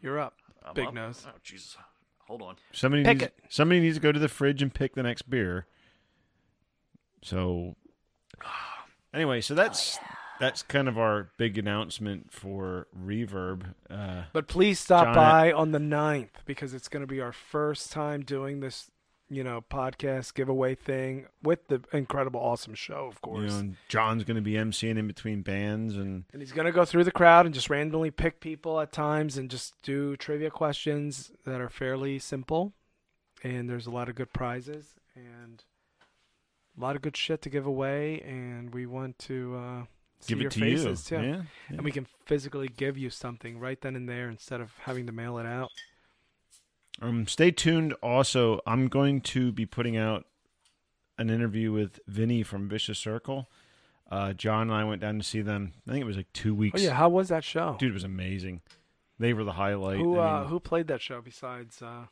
[SPEAKER 2] you're up.
[SPEAKER 3] I'm
[SPEAKER 2] Big
[SPEAKER 3] up.
[SPEAKER 2] nose.
[SPEAKER 3] Oh, Jesus. Hold on.
[SPEAKER 1] somebody
[SPEAKER 2] Pick
[SPEAKER 1] needs,
[SPEAKER 2] it.
[SPEAKER 1] somebody needs to go to the fridge and pick the next beer. So, anyway, so that's
[SPEAKER 2] Oh,
[SPEAKER 1] that's kind of our big announcement for Reverb. Uh,
[SPEAKER 2] But please stop
[SPEAKER 1] John,
[SPEAKER 2] by on the 9th because it's going to be our first time doing this, you know, podcast giveaway thing with the incredible, awesome show, of
[SPEAKER 1] you
[SPEAKER 2] course.
[SPEAKER 1] know, and John's going to be emceeing in between bands, and
[SPEAKER 2] And he's going to go through the crowd and just randomly pick people at times and just do trivia questions that are fairly simple. And there's a lot of good prizes and a lot of good shit to give away. And we want to uh, see
[SPEAKER 1] give
[SPEAKER 2] your
[SPEAKER 1] it to you.
[SPEAKER 2] faces too.
[SPEAKER 1] Yeah.
[SPEAKER 2] And we can physically give you something right then and there instead of having to mail it out.
[SPEAKER 1] Um, stay tuned. Also, I'm going to be putting out an interview with Vinny from Vicious Circle. Uh, John and I went down to see them. I think it was like two
[SPEAKER 2] Oh,
[SPEAKER 1] weeks.
[SPEAKER 2] yeah. How was that show?
[SPEAKER 1] dude, it was amazing. They were the highlight.
[SPEAKER 2] Who
[SPEAKER 1] I
[SPEAKER 2] uh,
[SPEAKER 1] mean,
[SPEAKER 2] who played that show besides? Uh,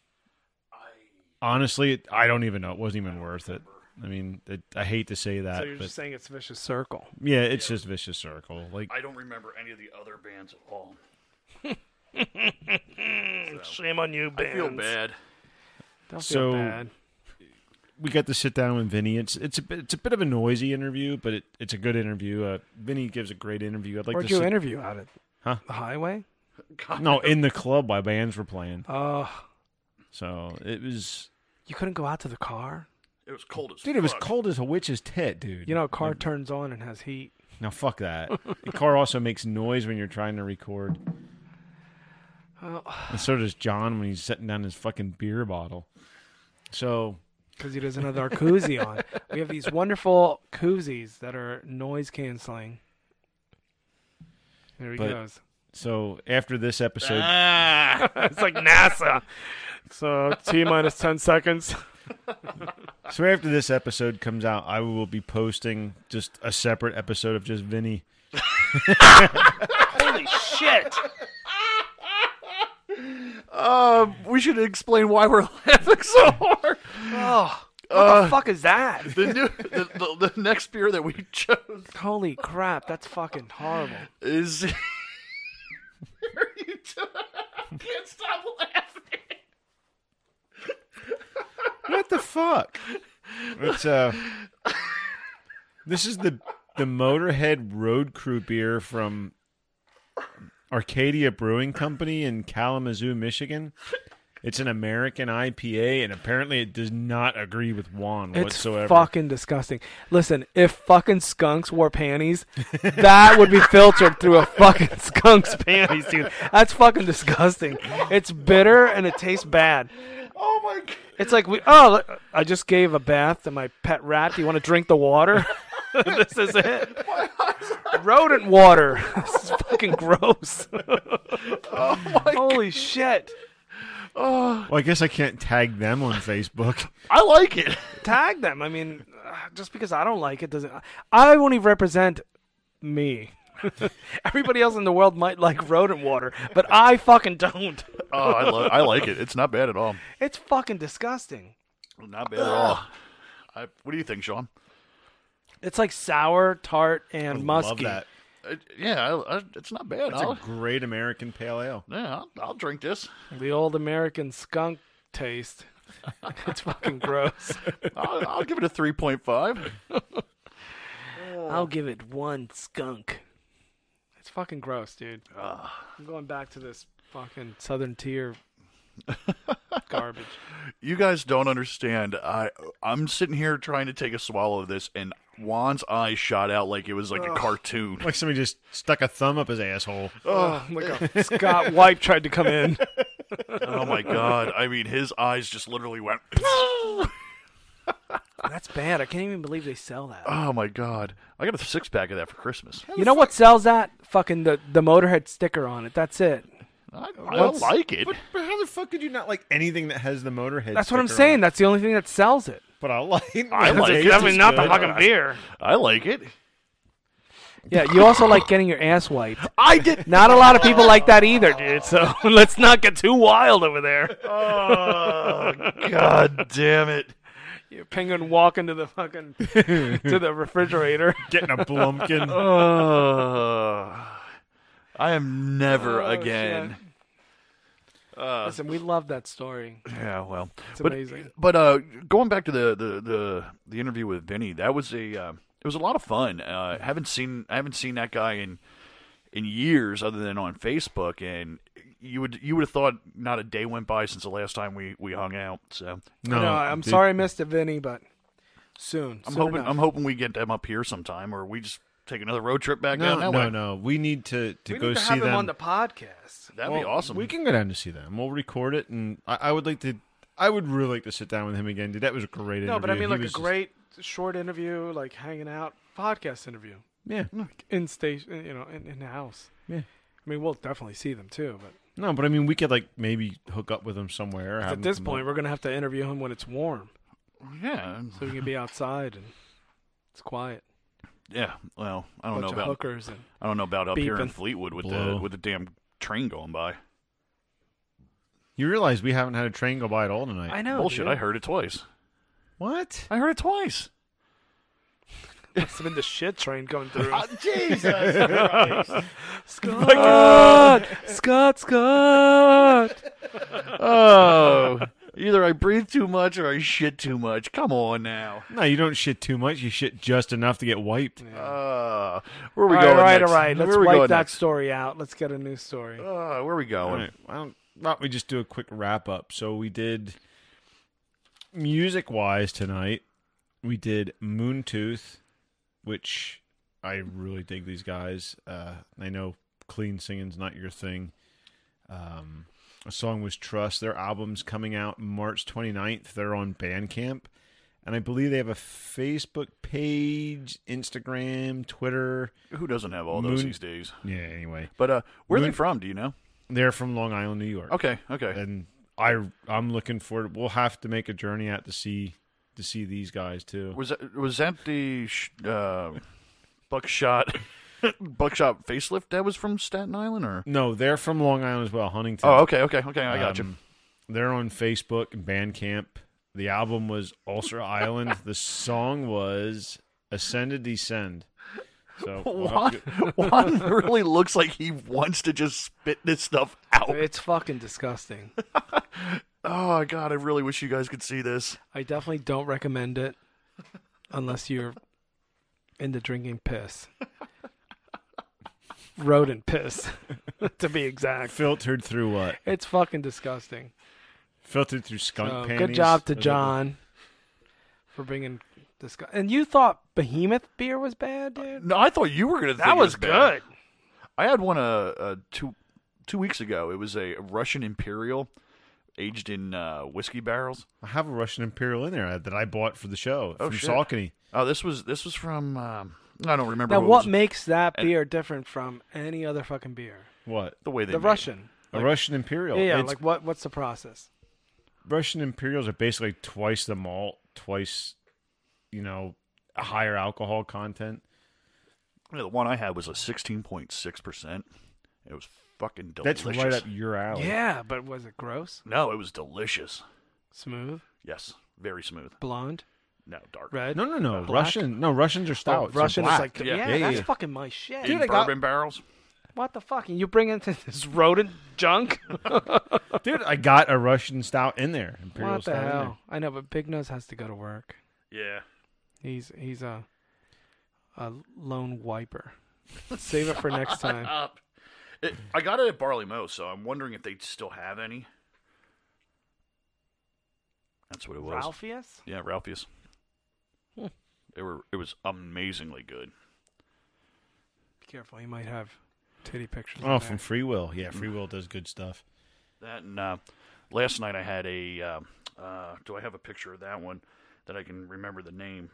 [SPEAKER 1] honestly, it, I don't even know. It wasn't even worth it. I mean, it, I hate to say that,
[SPEAKER 2] so you're
[SPEAKER 1] but
[SPEAKER 2] just saying it's Vicious Circle.
[SPEAKER 1] yeah, it's just Vicious Circle. Like,
[SPEAKER 3] I don't remember any of the other bands at all.
[SPEAKER 2] Mm, Shame on you,
[SPEAKER 3] I feel bad.
[SPEAKER 2] Don't feel
[SPEAKER 1] So-
[SPEAKER 2] bad.
[SPEAKER 1] we got to sit down with Vinny. It's it's a bit, it's a bit of a noisy interview, but it, it's a good interview. Uh, Vinny gives a great interview. I'd like
[SPEAKER 2] Where'd
[SPEAKER 1] to
[SPEAKER 2] you
[SPEAKER 1] sit-
[SPEAKER 2] interview at it?
[SPEAKER 1] Huh?
[SPEAKER 2] The Highway.
[SPEAKER 1] no in the club while bands were playing.
[SPEAKER 2] Uh,
[SPEAKER 1] So it was
[SPEAKER 2] you couldn't go out to the car.
[SPEAKER 3] It was cold as
[SPEAKER 1] Dude, it was
[SPEAKER 3] fuck.
[SPEAKER 1] cold as a witch's tit, dude.
[SPEAKER 2] You know, a car turns on and has heat.
[SPEAKER 1] now fuck that. the car also makes noise when you're trying to record,
[SPEAKER 2] Because
[SPEAKER 1] and so does John when he's setting down his fucking beer bottle. So
[SPEAKER 2] he doesn't have our koozie on. We have these wonderful koozies that are noise canceling. There he
[SPEAKER 1] But-
[SPEAKER 2] goes.
[SPEAKER 1] so after this episode,
[SPEAKER 2] Ah. it's like NASA. So T minus ten seconds.
[SPEAKER 1] so after this episode comes out, I will be posting just a separate episode of just Vinny.
[SPEAKER 3] Um, we should explain why we're laughing so hard.
[SPEAKER 2] Oh, What the fuck is that?
[SPEAKER 3] The, new, the, the, the next beer that we chose
[SPEAKER 2] Holy crap, that's fucking horrible.
[SPEAKER 3] is. What are you doing? I can't stop laughing.
[SPEAKER 1] What the fuck? It's uh, this is the the Motorhead Road Crew beer from Arcadia Brewing Company in Kalamazoo, Michigan. It's an American IPA, and apparently it does not agree with Juan
[SPEAKER 2] It's
[SPEAKER 1] whatsoever.
[SPEAKER 2] fucking disgusting. Listen, if fucking skunks wore panties, that would be filtered through a fucking skunk's panties, dude. That's fucking disgusting. It's bitter and it tastes bad.
[SPEAKER 3] Oh my god.
[SPEAKER 2] It's like we oh, look, I just gave a bath to my pet rat. Do you want to drink the water? this is it. Rodent water. this is fucking gross.
[SPEAKER 3] Oh
[SPEAKER 2] Holy shit.
[SPEAKER 1] Well, I guess I can't tag them on Facebook.
[SPEAKER 3] I like it.
[SPEAKER 2] tag them. I mean, uh, just because I don't like it doesn't. I only represent me. Everybody else in the world might like rodent water, but I fucking don't.
[SPEAKER 3] Oh, I, lo- I like it. It's not bad at all.
[SPEAKER 2] It's fucking disgusting.
[SPEAKER 3] Not bad at all. I, what do you think, Sean?
[SPEAKER 2] It's like sour, tart, and musky. Oh.
[SPEAKER 1] Love that.
[SPEAKER 3] Uh, yeah, I, I, it's not bad.
[SPEAKER 1] It's
[SPEAKER 3] I'll,
[SPEAKER 1] a great American pale ale.
[SPEAKER 3] yeah, I'll, I'll drink this.
[SPEAKER 2] The old American skunk taste. it's fucking gross.
[SPEAKER 3] I'll, I'll give it a 3.5.
[SPEAKER 2] I'll give it one skunk. It's fucking gross, dude. I'm going back to this fucking southern tier garbage.
[SPEAKER 3] You guys don't understand. I I'm sitting here trying to take a swallow of this, and Juan's eye shot out like it was like a cartoon.
[SPEAKER 1] Like somebody just stuck a thumb up his asshole.
[SPEAKER 2] Oh, like a Scott Wipe tried to come in.
[SPEAKER 3] oh my god! I mean, his eyes just literally went.
[SPEAKER 2] That's bad. I can't even believe they sell that.
[SPEAKER 3] Oh my god, I got a six pack of that for Christmas.
[SPEAKER 2] You know what sells that? Fucking the, the Motorhead sticker on it. That's it.
[SPEAKER 3] I, I like it.
[SPEAKER 1] But, but how the fuck could you not like anything that has the Motorhead?
[SPEAKER 2] That's what I'm
[SPEAKER 1] sticker on
[SPEAKER 2] saying.
[SPEAKER 1] it?
[SPEAKER 2] That's the only thing that sells it.
[SPEAKER 1] But I like.
[SPEAKER 3] I like it. Definitely not the fucking
[SPEAKER 1] beer.
[SPEAKER 3] I like it.
[SPEAKER 2] Yeah, you also like getting your ass wiped.
[SPEAKER 3] I did.
[SPEAKER 2] Not a lot of people like that either, dude. So let's not get too wild over there.
[SPEAKER 3] Oh god damn it!
[SPEAKER 2] Your penguin walking to the fucking to the refrigerator.
[SPEAKER 1] Getting a
[SPEAKER 2] Oh,
[SPEAKER 1] blumpkin.
[SPEAKER 3] Uh, I am never again.
[SPEAKER 2] Listen, we love that story.
[SPEAKER 3] Yeah, well,
[SPEAKER 2] It's
[SPEAKER 3] but
[SPEAKER 2] amazing.
[SPEAKER 3] but uh, going back to the the the, the interview with Vinny, that was a uh, it was a lot of fun. Uh, haven't seen I haven't seen that guy in in years, other than on Facebook, and you would you would have thought not a day went by since the last time we we hung out. So
[SPEAKER 2] No, I'm
[SPEAKER 1] dude.
[SPEAKER 2] sorry I missed it, Vinny, but soon.
[SPEAKER 3] I'm
[SPEAKER 2] soon
[SPEAKER 3] hoping
[SPEAKER 2] enough.
[SPEAKER 3] I'm hoping we get them up here sometime, or we just take another road trip back
[SPEAKER 1] No,
[SPEAKER 3] down that
[SPEAKER 1] no,
[SPEAKER 3] way.
[SPEAKER 1] no. We need to to
[SPEAKER 2] we
[SPEAKER 1] go
[SPEAKER 2] need to
[SPEAKER 1] see
[SPEAKER 2] have
[SPEAKER 1] them
[SPEAKER 2] him on the podcast.
[SPEAKER 3] That'd be
[SPEAKER 1] Well,
[SPEAKER 3] awesome.
[SPEAKER 1] We can go down to see them. We'll record it, and I, I would like to. I would really like to sit down with him again, dude. That was a great interview.
[SPEAKER 2] No, but I mean
[SPEAKER 1] He
[SPEAKER 2] like a
[SPEAKER 1] was just-
[SPEAKER 2] great short interview, like hanging out, podcast interview.
[SPEAKER 1] yeah.
[SPEAKER 2] in station, you know, in, in the house.
[SPEAKER 1] Yeah.
[SPEAKER 2] I mean, we'll definitely see them too, but
[SPEAKER 1] No, but I mean we could like maybe hook up with him somewhere. or have him
[SPEAKER 2] at this
[SPEAKER 1] come
[SPEAKER 2] point,
[SPEAKER 1] up.
[SPEAKER 2] we're gonna have to interview him when it's warm,
[SPEAKER 3] yeah,
[SPEAKER 2] so we can be outside and it's quiet.
[SPEAKER 3] yeah. Well, I don't
[SPEAKER 2] Bunch
[SPEAKER 3] know
[SPEAKER 2] of
[SPEAKER 3] about
[SPEAKER 2] hookers and
[SPEAKER 3] I don't know about up here in
[SPEAKER 2] beeping.
[SPEAKER 3] Fleetwood with
[SPEAKER 1] Blow.
[SPEAKER 3] the with the damn train going by.
[SPEAKER 1] you realize we haven't had a train go by at all tonight.
[SPEAKER 2] I know
[SPEAKER 3] Bullshit!
[SPEAKER 2] Dude.
[SPEAKER 3] I heard it twice.
[SPEAKER 1] what?
[SPEAKER 3] I heard it twice.
[SPEAKER 2] Must have been the shit train going through.
[SPEAKER 1] Uh, Jesus.
[SPEAKER 2] Scott, Scott, Scott.
[SPEAKER 3] Oh, either I breathe too much or I shit too much. Come on now.
[SPEAKER 1] no, you don't shit too much. You shit just enough to get wiped.
[SPEAKER 3] Uh, where
[SPEAKER 2] All
[SPEAKER 3] are we
[SPEAKER 2] right,
[SPEAKER 3] going?
[SPEAKER 2] all right,
[SPEAKER 3] next?
[SPEAKER 2] all right. Let's
[SPEAKER 3] where we
[SPEAKER 2] wipe
[SPEAKER 3] going
[SPEAKER 2] that
[SPEAKER 3] next?
[SPEAKER 2] story out. Let's get a new story.
[SPEAKER 3] Uh, where are we
[SPEAKER 1] All
[SPEAKER 3] going?
[SPEAKER 1] right. Why don't, why don't we just do a quick wrap up? So we did music wise tonight. We did Moontooth, which I really dig these guys. Uh, I know clean singing's not your thing. Um, a song was Trust. Their album's coming out March 29th. They're on Bandcamp. And I believe they have a Facebook page, Instagram, Twitter.
[SPEAKER 3] Who doesn't have all those
[SPEAKER 1] Moon-
[SPEAKER 3] these days?
[SPEAKER 1] Yeah, anyway.
[SPEAKER 3] But uh, where are
[SPEAKER 1] Moon-
[SPEAKER 3] they from? Do you know?
[SPEAKER 1] They're from Long Island, New York.
[SPEAKER 3] Okay, okay.
[SPEAKER 1] and I I'm looking forward. We'll have to make a journey out to see to see these guys too.
[SPEAKER 3] Was that was that the sh- uh, buckshot buckshot facelift that was from Staten Island or?
[SPEAKER 1] No, they're from Long Island as well, Huntington.
[SPEAKER 3] Oh, okay, okay, okay. I got you.
[SPEAKER 1] Um, They're on Facebook and Bandcamp. The album was Ulcer Island. The song was Ascend to Descend. So we'll have
[SPEAKER 3] Juan,
[SPEAKER 1] to-
[SPEAKER 3] Juan really looks like he wants to just spit this stuff out.
[SPEAKER 2] It's fucking disgusting.
[SPEAKER 3] Oh God, I really wish you guys could see this.
[SPEAKER 2] I definitely don't recommend it unless you're into drinking piss. Rodent piss, to be exact.
[SPEAKER 1] filtered through what?
[SPEAKER 2] It's fucking disgusting.
[SPEAKER 1] Filtered through skunk
[SPEAKER 2] So,
[SPEAKER 1] panties.
[SPEAKER 2] good job to
[SPEAKER 1] Is that-
[SPEAKER 2] John for bringing this guy. And you thought Behemoth beer was bad,
[SPEAKER 1] Uh,
[SPEAKER 2] dude?
[SPEAKER 3] No, I thought you were gonna. Think
[SPEAKER 2] That
[SPEAKER 3] it
[SPEAKER 2] was
[SPEAKER 3] bad.
[SPEAKER 2] good.
[SPEAKER 3] I had one uh, uh two two weeks ago. It was a Russian Imperial, aged in uh, whiskey barrels.
[SPEAKER 1] I have a Russian Imperial in there that I bought for the show
[SPEAKER 3] Oh,
[SPEAKER 1] from
[SPEAKER 3] shit.
[SPEAKER 1] Saucony.
[SPEAKER 3] Oh, this was this was from. Um, I don't remember.
[SPEAKER 2] Now,
[SPEAKER 3] who it
[SPEAKER 2] what
[SPEAKER 3] was-
[SPEAKER 2] makes that beer different from any other fucking beer?
[SPEAKER 1] What?
[SPEAKER 3] the way they
[SPEAKER 2] The
[SPEAKER 3] made it.
[SPEAKER 2] Russian.
[SPEAKER 1] a Russian Imperial.
[SPEAKER 2] Yeah, yeah
[SPEAKER 1] Oh, It's
[SPEAKER 2] like what? What's the process?
[SPEAKER 1] Russian Imperials are basically twice the malt, twice, you know, a higher alcohol content.
[SPEAKER 3] Yeah, The one I had was a sixteen point six percent. It was fucking delicious.
[SPEAKER 1] That's right up your alley.
[SPEAKER 2] Yeah, but was it gross?
[SPEAKER 3] No, it was delicious.
[SPEAKER 2] Smooth,
[SPEAKER 3] Yes, very smooth.
[SPEAKER 2] blonde,
[SPEAKER 3] No, dark.
[SPEAKER 2] red.
[SPEAKER 1] No, no, no.
[SPEAKER 2] Black?
[SPEAKER 1] Russian. No, Russians are
[SPEAKER 2] Oh,
[SPEAKER 1] stouts. They're
[SPEAKER 2] Russian is
[SPEAKER 1] black.
[SPEAKER 2] like, yeah,
[SPEAKER 3] Yeah.
[SPEAKER 1] Yeah,
[SPEAKER 2] that's
[SPEAKER 1] yeah.
[SPEAKER 2] fucking my shit.
[SPEAKER 3] In
[SPEAKER 1] Dude, I got-
[SPEAKER 3] bourbon barrels.
[SPEAKER 2] What the fuck? And you bring into this rodent junk?
[SPEAKER 1] dude. I got a Russian stout in there. Imperial
[SPEAKER 2] what the
[SPEAKER 1] stout in there.
[SPEAKER 2] hell? I know, but Big Nose has to go to work.
[SPEAKER 3] Yeah.
[SPEAKER 2] He's he's a a lone wiper. Save it for next time.
[SPEAKER 3] up. It, I got it at Barley Mow, so I'm wondering if they still have any. That's what it was.
[SPEAKER 2] Ralphius?
[SPEAKER 3] Yeah, Ralphie's.
[SPEAKER 2] Hmm.
[SPEAKER 3] They were. It was amazingly good.
[SPEAKER 2] Be careful, you might have titty pictures.
[SPEAKER 1] Oh,
[SPEAKER 2] in
[SPEAKER 1] from
[SPEAKER 2] there.
[SPEAKER 1] Free Will. Yeah, Free Will does good stuff.
[SPEAKER 3] um, That and uh, last night I had a. Uh, uh, do I have a picture of that one? that I can remember the name.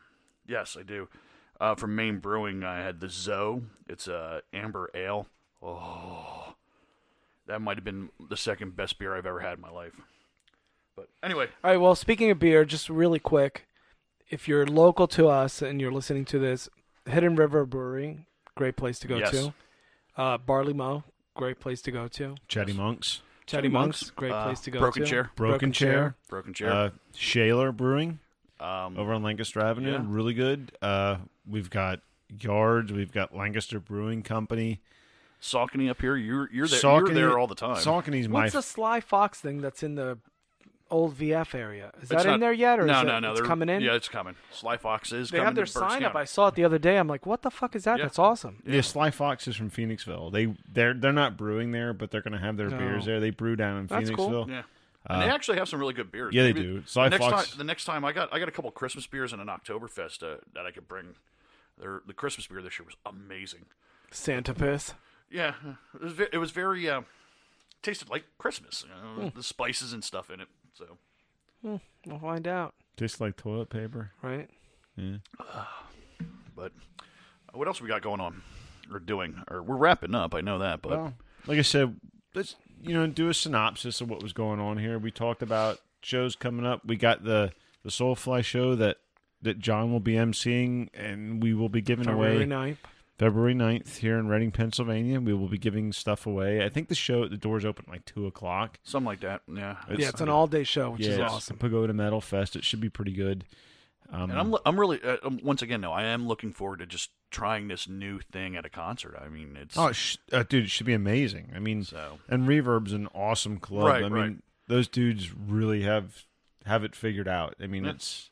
[SPEAKER 3] Yes, I do. Uh, from Maine Brewing, I had the Zoe. It's a amber ale. Oh, that might have been the second best beer I've ever had in my life. But anyway,
[SPEAKER 2] All right. Well, speaking of beer, just really quick, if you're local to us and you're listening to this, Hidden River Brewery, great place to go
[SPEAKER 3] Yes.
[SPEAKER 2] to. Uh, Barley Mow, great place to go to.
[SPEAKER 1] Chatty Monks,
[SPEAKER 2] Chatty Monks, great
[SPEAKER 3] uh,
[SPEAKER 2] place to go
[SPEAKER 3] Broken
[SPEAKER 2] to.
[SPEAKER 3] Chair.
[SPEAKER 1] Broken, Chair,
[SPEAKER 3] broken chair.
[SPEAKER 1] Uh, Shaler Brewing
[SPEAKER 3] um,
[SPEAKER 2] oh.
[SPEAKER 1] over on Lancaster Avenue,
[SPEAKER 3] Yeah.
[SPEAKER 1] really good. Uh, we've got Yards, we've got Lancaster Brewing Company.
[SPEAKER 3] Saucony up here. You're you're there.
[SPEAKER 1] Saucony-
[SPEAKER 3] you're there all the time.
[SPEAKER 1] Saucony's my
[SPEAKER 2] What's the Sly Fox thing that's in the old VF area? Is that
[SPEAKER 3] It's
[SPEAKER 2] in
[SPEAKER 3] not-
[SPEAKER 2] there yet, or
[SPEAKER 3] no,
[SPEAKER 2] is it,
[SPEAKER 3] no, no,
[SPEAKER 2] it's
[SPEAKER 3] they're-
[SPEAKER 2] coming in?
[SPEAKER 3] Yeah, it's coming. Sly Fox is.
[SPEAKER 2] they
[SPEAKER 3] coming
[SPEAKER 2] have their
[SPEAKER 3] to Berks
[SPEAKER 2] sign up.
[SPEAKER 3] County.
[SPEAKER 2] I saw it the other day. I'm like, what the fuck is that?
[SPEAKER 3] Yeah.
[SPEAKER 2] That's awesome.
[SPEAKER 1] Yeah, Sly Fox is from Phoenixville. They they're they're not brewing there, but they're gonna have their
[SPEAKER 2] No.
[SPEAKER 1] beers there. They brew down in
[SPEAKER 2] That's
[SPEAKER 1] Phoenixville.
[SPEAKER 2] cool.
[SPEAKER 3] Yeah. And
[SPEAKER 2] Uh,
[SPEAKER 3] they actually have some really good beers.
[SPEAKER 1] yeah, they do. Sly
[SPEAKER 3] the next
[SPEAKER 1] Fox-
[SPEAKER 3] Time, the next time I got I got a couple Christmas beers and an Oktoberfest uh, that I could bring. Their, the Christmas beer this year was amazing.
[SPEAKER 2] Santa piss.
[SPEAKER 3] Yeah, it was very, it was very uh, tasted like Christmas. You
[SPEAKER 1] Hmm.
[SPEAKER 3] know, The spices and stuff in it. So
[SPEAKER 2] We'll find out,
[SPEAKER 1] Tastes like toilet paper.
[SPEAKER 2] right?
[SPEAKER 3] But uh, what else we got going on or doing? Or we're wrapping up. I know that, but
[SPEAKER 1] Well, like I said, let's you know do a synopsis of what was going on here. We talked about shows coming up. We got the the Soulfly show that that John will be emceeing, and we will be giving
[SPEAKER 2] February
[SPEAKER 1] away
[SPEAKER 2] 9th.
[SPEAKER 1] February 9th here in Reading, Pennsylvania. We will be giving stuff away. I think the show the doors open at like two o'clock.
[SPEAKER 3] something like that. Yeah,
[SPEAKER 2] Yeah, it's an all-day show, which is
[SPEAKER 1] it's
[SPEAKER 2] awesome.
[SPEAKER 1] Pagoda Metal Fest. It should be pretty good.
[SPEAKER 3] And I'm I'm really uh, um, once again no, I am looking forward to just trying this new thing at a concert. I mean, it's
[SPEAKER 1] Oh, it sh- uh, dude, it should be amazing. I mean,
[SPEAKER 3] So-
[SPEAKER 1] and Reverb's an awesome club.
[SPEAKER 3] Right,
[SPEAKER 1] I mean,
[SPEAKER 3] right.
[SPEAKER 1] those dudes really have have it figured out. I mean, it's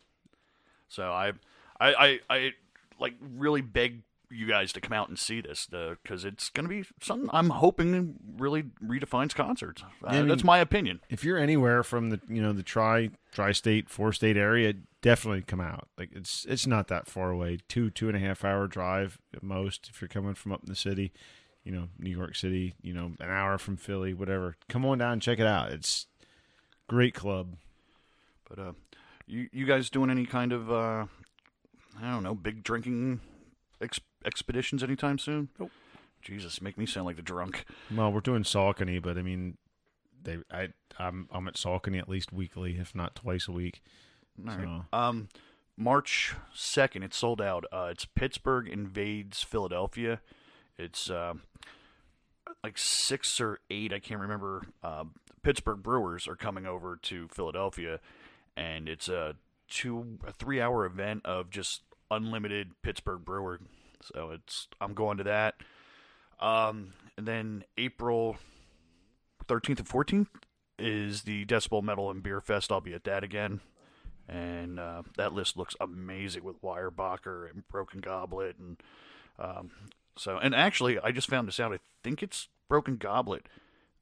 [SPEAKER 3] so I, I I I like really beg you guys to come out and see this because it's going to be something I'm hoping really redefines concerts. Uh,
[SPEAKER 1] I mean-
[SPEAKER 3] that's my opinion.
[SPEAKER 1] if you're anywhere from the you know the tri tri state four state area, definitely come out. Like it's it's not that far away two two and a half hour drive at most if you're coming from up in the city, you know New York City, you know an hour from Philly, whatever. Come on down, and check it out. It's great club.
[SPEAKER 3] But uh, you you guys doing any kind of uh, I don't know big drinking ex- expeditions anytime soon? Nope. Jesus, make me sound like the drunk.
[SPEAKER 1] Well, we're doing Saucony, but I mean, they I I'm I'm at Saucony at least weekly, if not twice a week.
[SPEAKER 3] All right.
[SPEAKER 1] So-
[SPEAKER 3] Um, March second, it's sold out. Uh, it's Pittsburgh invades Philadelphia. It's uh, like six or eight, I can't remember. Uh, Pittsburgh Brewers are coming over to Philadelphia, and it's a two, a three hour event of just unlimited Pittsburgh Brewer. So it's I'm going to that. Um, and then April thirteenth and fourteenth is the Decibel Metal and Beer Fest. I'll be at that again and uh, that list looks amazing with Weyerbacher and Broken Goblet, and um, so and actually, I just found this out. I think it's Broken Goblet.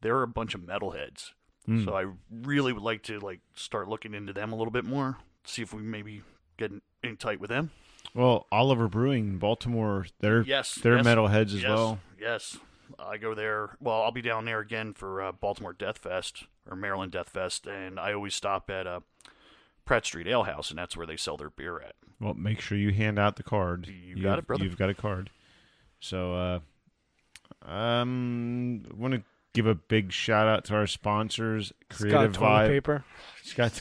[SPEAKER 3] They're a bunch of metalheads,
[SPEAKER 1] Hmm.
[SPEAKER 3] so I really would like to like start looking into them a little bit more. See if we maybe get in, in tight with them.
[SPEAKER 1] Well, Oliver Brewing, in Baltimore, they're
[SPEAKER 3] Yes,
[SPEAKER 1] they're
[SPEAKER 3] yes,
[SPEAKER 1] metalheads as
[SPEAKER 3] yes,
[SPEAKER 1] well.
[SPEAKER 3] Yes, I go there. Well, I'll be down there again for uh, Baltimore Death Fest or Maryland Death Fest, and I always stop at uh, Pratt Street Ale House, and that's where they sell their beer at.
[SPEAKER 1] Well, make sure you hand out the card.
[SPEAKER 3] You got it, brother.
[SPEAKER 1] You've got a card. So, uh, um, want to give a big shout out to our sponsors, Creative
[SPEAKER 2] Scott toilet
[SPEAKER 1] Vibe,
[SPEAKER 2] paper.
[SPEAKER 1] Scott,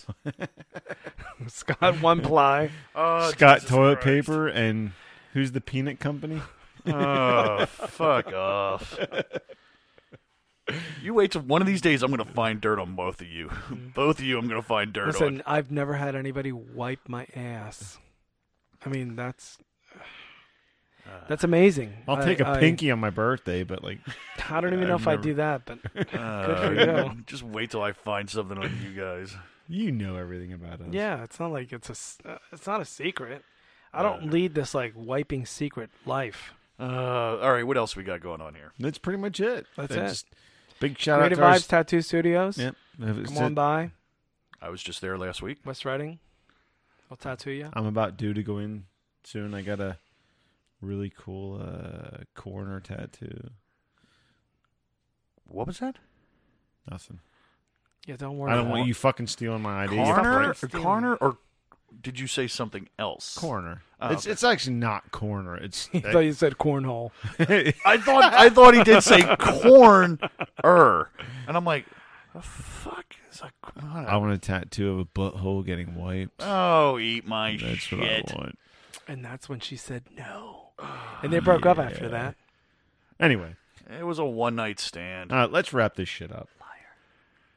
[SPEAKER 2] Scott one ply.
[SPEAKER 3] Oh,
[SPEAKER 1] Scott
[SPEAKER 3] Jesus
[SPEAKER 1] Toilet
[SPEAKER 3] Christ.
[SPEAKER 1] Paper, and who's the Peanut Company?
[SPEAKER 3] Oh, fuck off. You wait till one of these days I'm going to find dirt on both of you. Both of you I'm going to find dirt
[SPEAKER 2] Listen, I've never had anybody wipe my ass. I mean, that's that's amazing.
[SPEAKER 1] I'll take
[SPEAKER 2] a
[SPEAKER 1] a pinky on my birthday, but like,
[SPEAKER 2] I, don't even know if I do that, but good for
[SPEAKER 3] on.
[SPEAKER 2] you.
[SPEAKER 3] Uh, Just wait till I find something on you guys.
[SPEAKER 1] you know everything about us.
[SPEAKER 2] Yeah, it's not like it's a s- uh, it's not a secret. I don't lead this like wiping secret life.
[SPEAKER 3] Uh, all right, what else we got going on here?
[SPEAKER 1] That's pretty much it.
[SPEAKER 2] That's it.
[SPEAKER 1] big shout
[SPEAKER 2] Creative
[SPEAKER 1] out
[SPEAKER 2] Vibes
[SPEAKER 1] to
[SPEAKER 2] Tattoo Studios.
[SPEAKER 1] Our, yep.
[SPEAKER 2] Come on by
[SPEAKER 3] I was just there last week.
[SPEAKER 2] West Reading. We'll tattoo you.
[SPEAKER 1] I'm about due to go in soon. I got a really cool uh, corner tattoo.
[SPEAKER 3] What was that?
[SPEAKER 1] Nothing.
[SPEAKER 2] Yeah, don't worry.
[SPEAKER 1] I don't
[SPEAKER 2] about
[SPEAKER 1] want
[SPEAKER 2] it.
[SPEAKER 1] you fucking stealing my ID.
[SPEAKER 3] Carner,
[SPEAKER 2] Stop
[SPEAKER 3] Carner or did you say something else?
[SPEAKER 1] Corner. it's
[SPEAKER 2] Oh.
[SPEAKER 1] it's actually not corner. It's
[SPEAKER 2] I thought you said cornhole.
[SPEAKER 3] I thought I thought he did say corn er. And I'm like, the fuck is a corn?
[SPEAKER 1] I want a tattoo of a butthole getting wiped.
[SPEAKER 3] Oh, eat my
[SPEAKER 1] That's what
[SPEAKER 3] shit.
[SPEAKER 1] I want.
[SPEAKER 2] And that's when she said no. And they broke up after that.
[SPEAKER 1] Anyway,
[SPEAKER 3] It was a one night stand.
[SPEAKER 1] uh, let's wrap this shit up.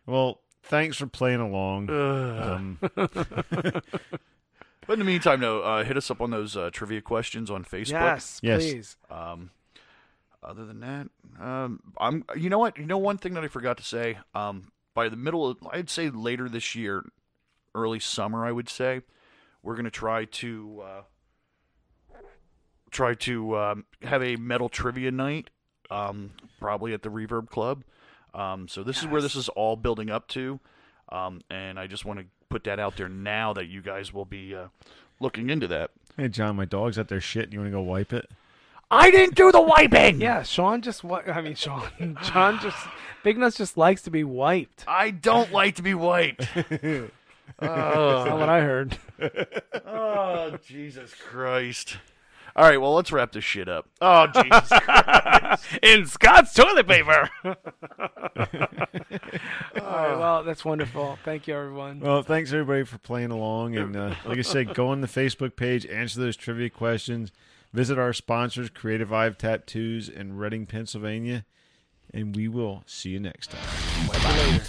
[SPEAKER 1] Well, thanks for playing along. Um,
[SPEAKER 3] But in the meantime, no, uh, hit us up on those uh, trivia questions on Facebook.
[SPEAKER 2] Yes,
[SPEAKER 1] Yes.
[SPEAKER 2] please.
[SPEAKER 3] Um, Other than that, um, I'm. You know what? You know one thing that I forgot to say. Um, by the middle, of, I'd say later this year, early summer, I would say, we're gonna try to uh, try to um, have a metal trivia night, um, probably at the Reverb Club. Um, so this is where this is all building up to, um, and I just want to put that out there now that you guys will be uh, looking into that.
[SPEAKER 1] hey, John, my dog's out there shitting. You want to go wipe it?
[SPEAKER 3] I didn't do the wiping.
[SPEAKER 2] Yeah, Sean just what I mean Sean John just Big Nuts just likes to be wiped.
[SPEAKER 3] I don't like to be wiped.
[SPEAKER 2] That's not what I heard.
[SPEAKER 3] Oh, Jesus Christ. All right, well, let's wrap this shit up. Oh, Jesus Christ.
[SPEAKER 2] In Scott's toilet paper. All right, well, that's wonderful. Thank you everyone.
[SPEAKER 1] Well, thanks everybody for playing along, and uh, like I said, go on the Facebook page, answer those trivia questions, visit our sponsors, Creative Vibe Tattoos in Reading, Pennsylvania, and we will see you next time.
[SPEAKER 2] Later.